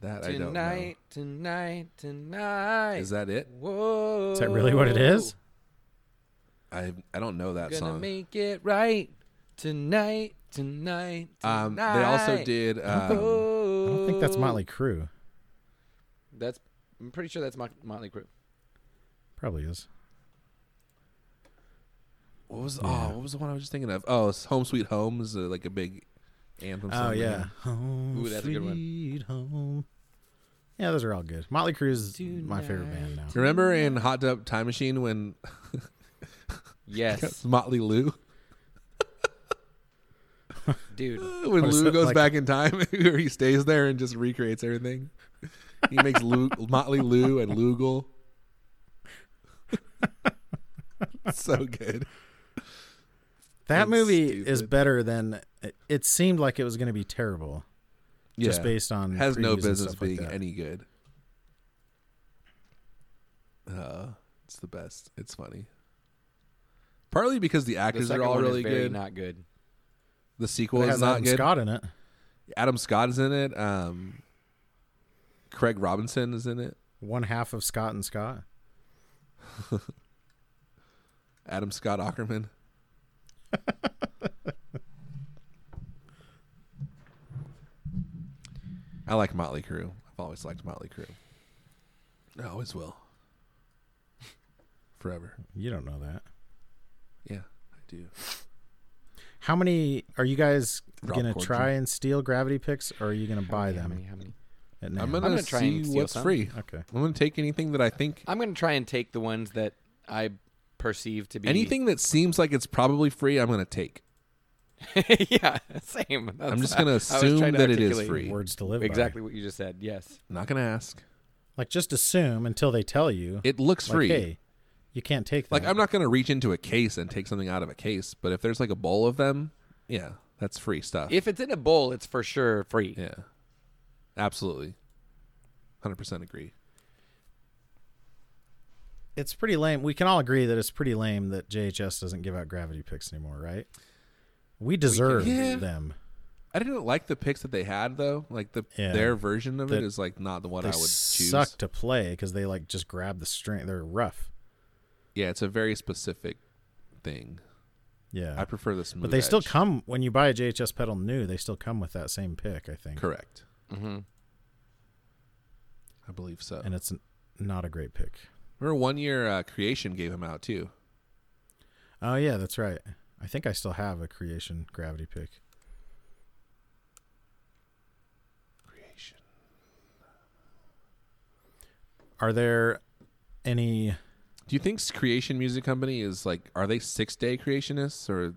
A: That I don't know.
B: Tonight, tonight, tonight.
A: Is that it?
B: Whoa.
C: Is that really what it is?
A: I I don't know that
B: Gonna
A: song.
B: make it right tonight, tonight, tonight.
A: Um, they also did. Um,
C: I don't think that's
B: Oh.
C: Motley Crue.
B: That's I'm pretty sure that's Mot- Motley Crue.
C: Probably is.
A: what was
C: Yeah.
A: oh what was the one I was just thinking of? Oh, it's Home Sweet Home is uh, like a big anthem.
C: Oh
A: song,
C: yeah. Home
B: Ooh, that's a good one.
C: sweet home. Yeah, those are all good. Motley Crue is my favorite band now.
A: Remember in Hot Tub Time Machine when
B: Yes,
A: Motley Lou
B: dude.
A: when
C: What is
A: Lou
C: it,
A: goes
C: like-
A: back in time or he stays there and just recreates everything. He makes Lou, Motley Lou and Lugal. so good.
C: That
A: It's
C: movie is
A: stupid.
C: better than it, it seemed like it was going to be terrible just based on
A: has no
C: previews and
A: business
C: stuff like
A: being
C: that.
A: any good. Uh, it's the best. It's funny. Partly because the
B: The
A: actors
B: second
A: are all
B: one
A: really
B: is very
A: good.
B: not good.
A: the
C: But
A: sequel
C: it
A: is
C: has
A: not
C: Adam
A: good.
C: Scott in it.
A: Adam Scott is in it. Um, Craig Robinson is in it.
C: One half of Scott and Scott.
A: Adam Scott Ackerman. I like Motley Crue. I've always liked Motley Crue. I always will. Forever.
C: You don't know that.
A: Yeah, I do.
C: How many are you guys
A: Rob
C: going to
A: Corddry.
C: try and steal gravity picks or are you going to buy
B: How
C: them?
B: many, how many?
C: at
A: I'm
C: NAMM?
A: gonna,
B: gonna
A: try
B: try
A: see
B: and steal
A: what's
B: some.
A: free.
C: Okay.
A: I'm gonna take anything that I think,
B: I'm gonna try and take the ones that I perceive to be
A: anything that seems like it's probably free. I'm gonna take.
B: yeah, same. That's-
A: just gonna
B: I was
A: assume
B: trying to
A: that it is
B: articulate
A: free.
C: Words to live by.
B: Exactly what you just said. Yes.
A: I'm not gonna ask.
C: Like just assume until they tell you.
A: It looks
C: like,
A: free.
C: Hey, you can't take that.
A: Like I'm not gonna reach into a case and take something out of a case. But if there's like a bowl of them, yeah, that's free stuff.
B: If it's in a bowl, it's for sure free.
A: yeah, absolutely, hundred percent agree.
C: it's pretty lame. We can all agree that it's pretty lame that JHS doesn't give out gravity picks anymore, right? We deserve
A: Yeah.
C: them.
A: I didn't like the picks that they had though. Like the
C: Yeah.
A: their version of it
C: That-
A: is like not the one I
C: They
A: would choose.
C: suck to play because they like just grab the string. They're rough.
A: Yeah, it's a very specific thing.
C: Yeah,
A: I prefer this movie.
C: but they still come when you buy a JHS pedal new. They still come with that same pick, I think.
A: correct.
B: Mm-hmm.
A: I believe so.
C: And it's n- not a great pick.
A: Remember one year uh, Creation gave him out too.
C: Oh yeah, that's right. I think I still have a creation gravity pick.
A: Creation.
C: Are there any?
A: Do you think Creation Music Company is like are they six day creationists or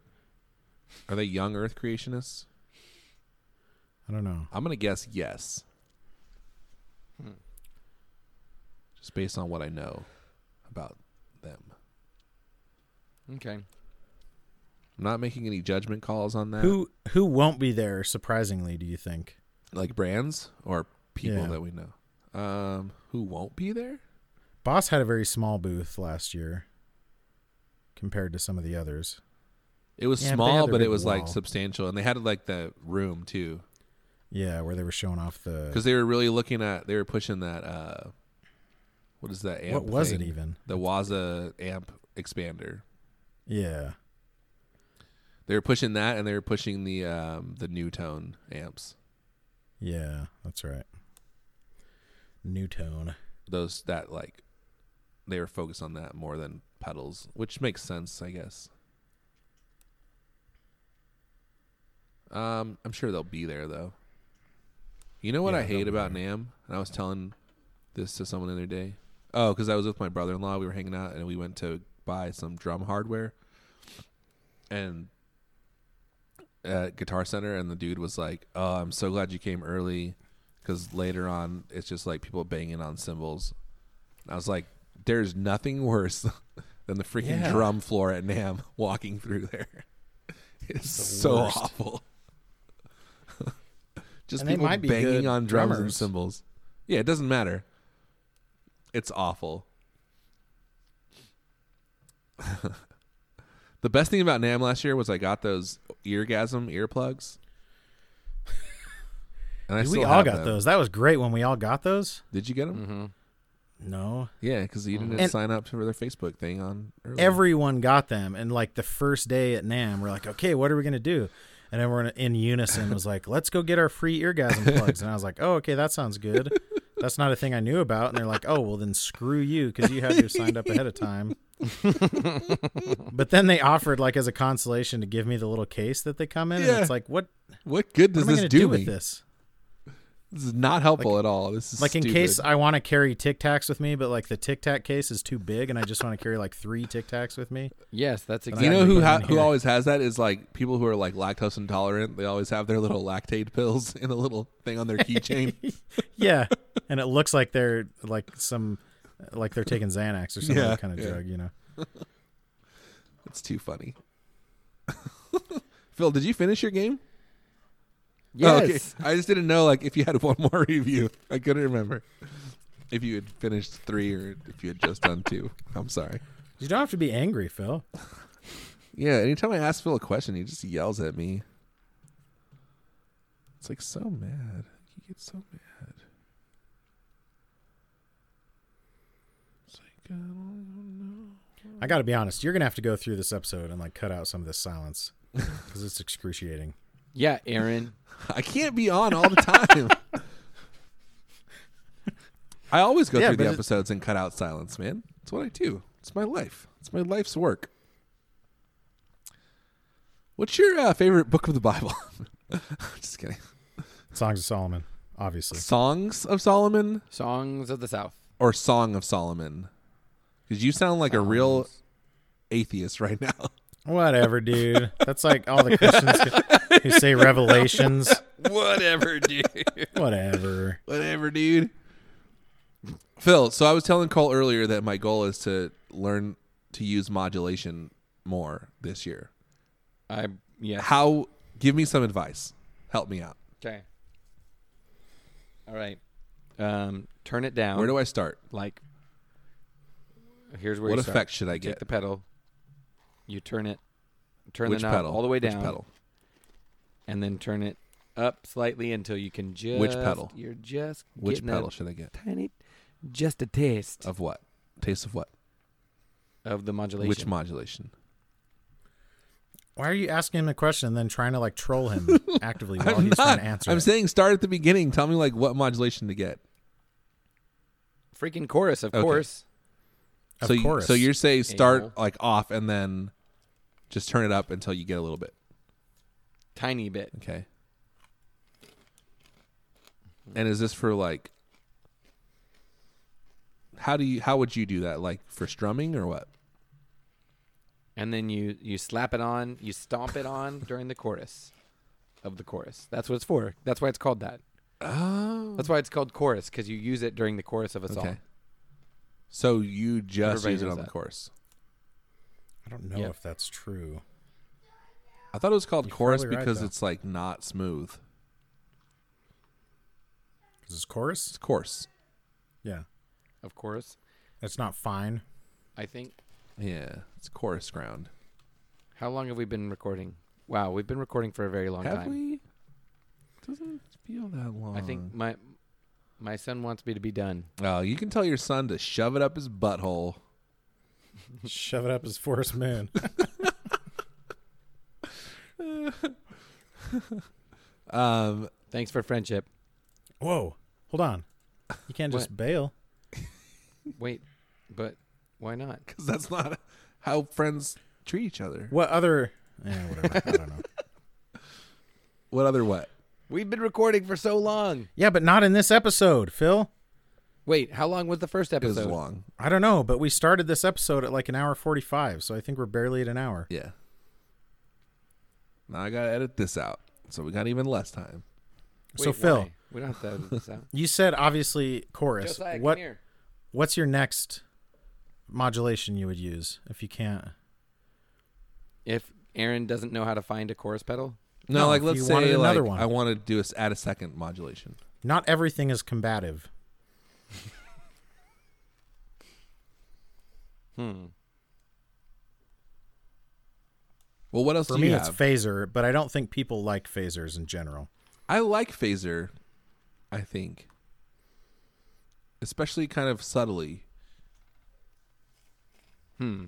A: are they young Earth creationists?
C: I don't know.
A: I'm gonna guess yes.
C: Hmm.
A: Just based on what I know about them.
B: Okay.
A: I'm not making any judgment calls on that.
C: Who who won't be there? Surprisingly, do you think?
A: like brands or people
C: Yeah.
A: that we know. Um, who won't be there?
C: Boss had a very small booth last year compared to some of the others.
A: It was
C: Yeah, but they
A: small,
C: had the
A: but, it
C: big
A: was like
C: wall.
A: substantial, and they had like the room too,
C: Yeah, where they were showing off
A: because
C: the
A: they were really looking at they were pushing that. Uh, what is that? Amp
C: what was it
A: thing?
C: even?
A: The Waza amp expander.
C: Yeah,
A: They were pushing that, and they were pushing the um, the new tone amps.
C: yeah, that's right. New tone.
A: Those that like they were focused on that more than pedals, which makes sense, I guess. Um, I'm sure they'll be there though. You know what
C: Yeah,
A: I
C: they'll
A: hate
C: be
A: about Nam? And I was telling this to someone the other day. Oh, because I was with my brother in law. We were hanging out and we went to buy some drum hardware. And at Guitar Center, and the dude was like, "Oh, I'm so glad you came early, because later on it's just like people banging on cymbals." And I was like, "There's nothing worse than the freaking
C: Yeah.
A: drum floor at Nam walking through there. It's
C: the
A: so
C: worst.
A: awful." just
C: And they
A: people
C: might be good
A: banging on drums and
C: drummers.
A: cymbals. Yeah, it doesn't matter. It's awful. the best thing about Nam last year was I got those eargasm earplugs. And I
C: Dude,
A: still
C: we all
A: have
C: got
A: them.
C: those. That was great when we all got those.
A: Did you get them?
B: Mm-hmm.
C: No,
A: Yeah, because you didn't
C: Mm-hmm. And-
A: sign up for their Facebook thing on early.
C: everyone got them, and like the first day at Nam, we're like, okay, what are we gonna do? And everyone in unison was like, let's go get our free eargasm plugs. And I was like, oh, okay, that sounds good. That's not a thing I knew about. And they're like, oh, well, then screw you because you had yours signed up ahead of time. but then they offered, like, as a consolation, to give me the little case that they come in. And
A: Yeah.
C: it's like, what,
A: What good
C: what
A: does
C: am I going
A: this
C: to
A: do,
C: do
A: me?
C: with
A: This?
C: this?
A: is not helpful at all. This is
C: Like, in
A: stupid.
C: case I want to carry Tic Tacs with me, but like the Tic Tac case is too big and I just want to carry like three Tic Tacs with me.
B: Yes, that's
C: And I
B: exactly.
A: you know who
C: put
A: ha-
C: in
A: who
C: here.
A: always has that is like people who are like lactose intolerant. They always have their little lactate pills in a little thing on their keychain.
C: yeah and it looks like they're like some like they're taking xanax or some
A: Yeah,
C: other kind of
A: yeah.
C: drug you know
A: It's too funny. Phil, did you finish your game? Oh,
B: yes.
A: okay. I just didn't know like if you had one more review. I couldn't remember if you had finished three or if you had just done two. I'm sorry.
C: you don't have to be angry phil
A: Yeah. Anytime I ask Phil a question, he just yells at me. It's like so mad. He gets so mad. It's like I don't know.
C: i gotta be honest you're gonna have to go through this episode and like cut out some of this silence because it's excruciating
B: Yeah, Aaron.
A: I can't be on all the time. I always go
C: Yeah,
A: through
C: but
A: the
C: it-
A: episodes and cut out silence, man. It's what I do. It's my life. It's my life's work. What's your uh, favorite book of the Bible? Just kidding.
C: songs of solomon obviously
A: Songs of Solomon
B: Songs of the South.
A: or Song of Solomon? Because you sound like a real atheist right now.
C: whatever dude that's like all the christians who- who say revelations
B: Whatever, dude.
C: whatever
A: Whatever, dude. Phil, so I was telling Cole earlier that my goal is to learn to use modulation more this year.
B: I yeah.
A: How? Give me some advice. Help me out.
B: Okay. All right. Um, turn it down.
A: Where do I start?
B: like Here's where
A: What
B: you start.
A: effect should I
B: You Take
A: get?
B: the pedal. You turn it. Turn
A: Which
B: the knob
A: pedal?
B: all the way
A: Which
B: down,
A: pedal?
B: and then turn it up slightly until you can just.
A: pedal?
B: You're just
A: Which
B: getting a
A: pedal should I get?
B: tiny, just a taste of,
A: Of what? Taste of what?
B: the modulation.
A: Which modulation?
C: Why are you asking him a question and then trying to like troll him actively while
A: I'm
C: Oh, he's
A: not.
C: trying to answer?
A: I'm
C: it?
A: saying start at the beginning. Tell me like what modulation to get.
B: freaking chorus? Of
A: Okay.
B: course.
C: of
A: so you-
C: course.
A: so you're saying start
B: A-hole.
A: like off and then just turn it up until you get a little bit.
B: Tiny bit.
A: Okay. And is this for like how do you how would you do that? Like for strumming or what?
B: and then you you slap it on, you stomp it on during the chorus of the chorus. That's what it's for. That's why it's called that.
A: Oh.
B: That's why it's called chorus because you use it during the chorus of a Um, song.
A: Okay. So you just
B: Everybody
A: use it
B: knows
A: on the
B: that.
A: chorus.
C: I don't know
B: Yeah.
C: if that's true.
A: I thought it was called
C: You're
A: chorus
C: probably right,
A: because
C: though.
A: it's like not smooth.
C: Because it's
A: It's
C: chorus.
A: coarse.
C: Yeah,
B: Of course,
C: it's not fine.
B: I think.
A: Yeah, it's chorus ground.
B: How long have we been recording? Wow, we've been recording for a very long
A: Have
B: time.
A: we? Doesn't feel that long.
B: I think my my son wants me to be done.
A: Oh, you can tell your son to shove it up his butthole.
C: Shove it up his Forest Moon.
A: Um,
B: Thanks for friendship.
C: Whoa, hold on. You can't just bail.
B: Wait, but why not?
A: because that's not how friends treat each other.
C: What other? Yeah, whatever. I don't know.
A: What other what?
B: We've been recording for so long.
C: Yeah, but not in this episode, Phil.
B: Wait, how long was the first
A: It was
B: episode?
A: long.
C: I don't know, but we started this episode at like an hour forty-five, so I think we're barely at an hour.
A: Yeah. Now I gotta edit this out, so we got even less time.
C: so
B: Wait,
C: Phil,
B: why? we don't have to edit this out.
C: you said obviously chorus.
B: Josiah,
C: what
B: come here.
C: what's your next modulation you would use if you can't?
B: if Aaron doesn't know how to find a chorus pedal,
A: No,
C: No,
A: like
C: if
A: let's
C: you
A: say
C: wanted another
A: like,
C: one.
A: I want to do a, add a second modulation.
C: Not everything is combative.
A: Well, what else
C: For
A: do
C: me,
A: you
C: it's
A: have?
C: phaser, but I don't think people like phasers in general.
A: I like phaser. I think, especially kind of subtly.
B: hmm.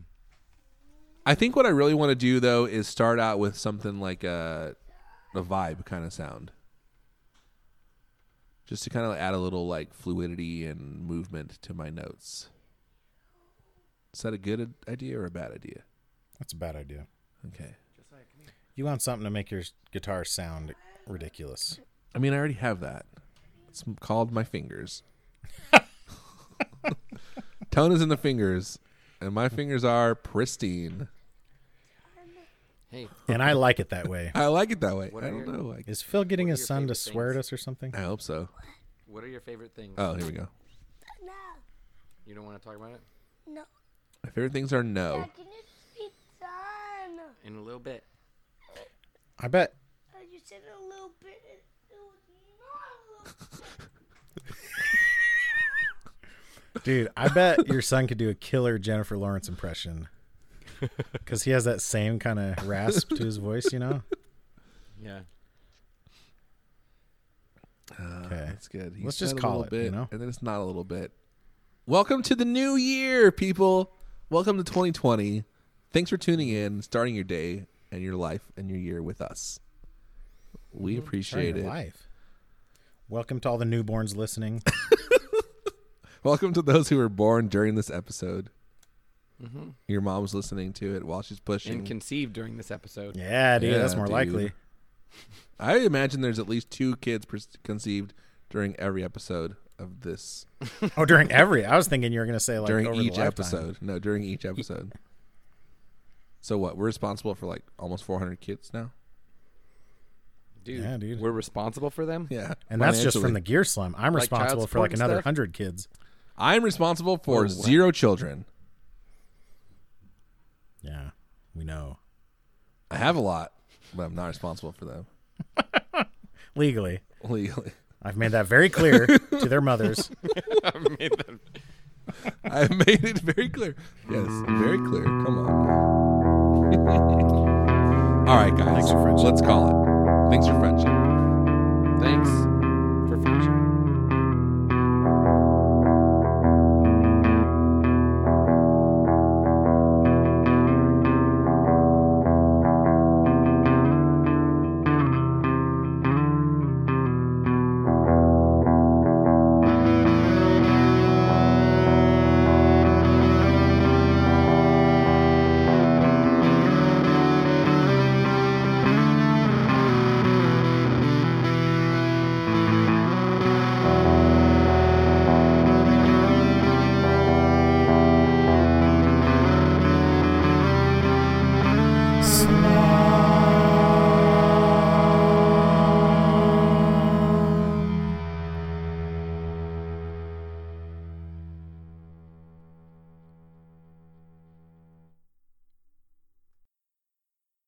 A: I think what I really want to do though is start out with something like a a vibe kind of sound. Just to kind of add a little like fluidity and movement to my notes. Is that a good idea or a bad idea?
C: That's a bad idea.
A: Okay.
C: You want something to make your s- guitar sound ridiculous.
A: I mean, I already have that. It's m- called my fingers. Tone is in the fingers, and my fingers are pristine.
B: Hey,
C: And I like it that way.
A: I like it that way. I
B: are
A: don't
B: your-
A: know. Like,
C: Is Phil getting
B: What are
C: his
B: your
C: son to
B: favorite
C: swear at
B: things?
C: us or something?
A: I hope so.
B: what are your favorite things?
A: Oh, here we go.
B: You don't want to talk about it
D: No,
A: My favorite things are no.
D: I can just be done.
B: in a little bit.
C: I bet
D: Uh, you said a little bit. It it was not a little
C: Dude, I bet your son could do a killer Jennifer Lawrence impression. Because he has that same kind of rasp to his voice, you know?
B: Yeah.
A: Uh,
C: Okay.
A: That's good. He
C: Let's just
A: said a
C: call
A: little
C: it,
A: bit,
C: you know?
A: and then it's not a little bit. Welcome to the new year, people. Welcome to 2020. Thanks for tuning in, starting your day and your life and your year with us. We
C: Turn
A: appreciate
C: your
A: it.
C: life. Welcome to all the newborns listening.
A: Welcome to those who were born during this episode.
C: Mm-hmm.
A: Your mom's listening to it while she's pushing.
B: And conceived during this episode.
C: Yeah, dude,
A: Yeah,
C: that's more
A: dude.
C: likely.
A: I imagine there's at least two kids per- conceived during every episode of this.
C: Oh, during every. I was thinking you were going to say, like,
A: during
C: over the
A: each
C: lifetime.
A: episode. No, during each episode. So what? We're responsible for like almost 400 kids now.
B: Dude,
C: Yeah, dude.
B: we're responsible for them?
A: Yeah,
C: And that's just from the
A: financially.
C: Gear Slum. I'm
B: Like child
C: responsible for like
B: support and
C: another
B: stuff?
C: 100 kids.
A: I'm responsible for zero children.
C: Yeah, we know.
A: I have a lot, but I'm not responsible for them
C: Legally.
A: legally.
C: I've made that very clear to their mothers.
B: I made that-
A: I made it very clear. Yes, very clear. Come on. All right, guys.
C: Thanks for friendship.
A: Let's call it. Thanks for friendship.
B: Thanks.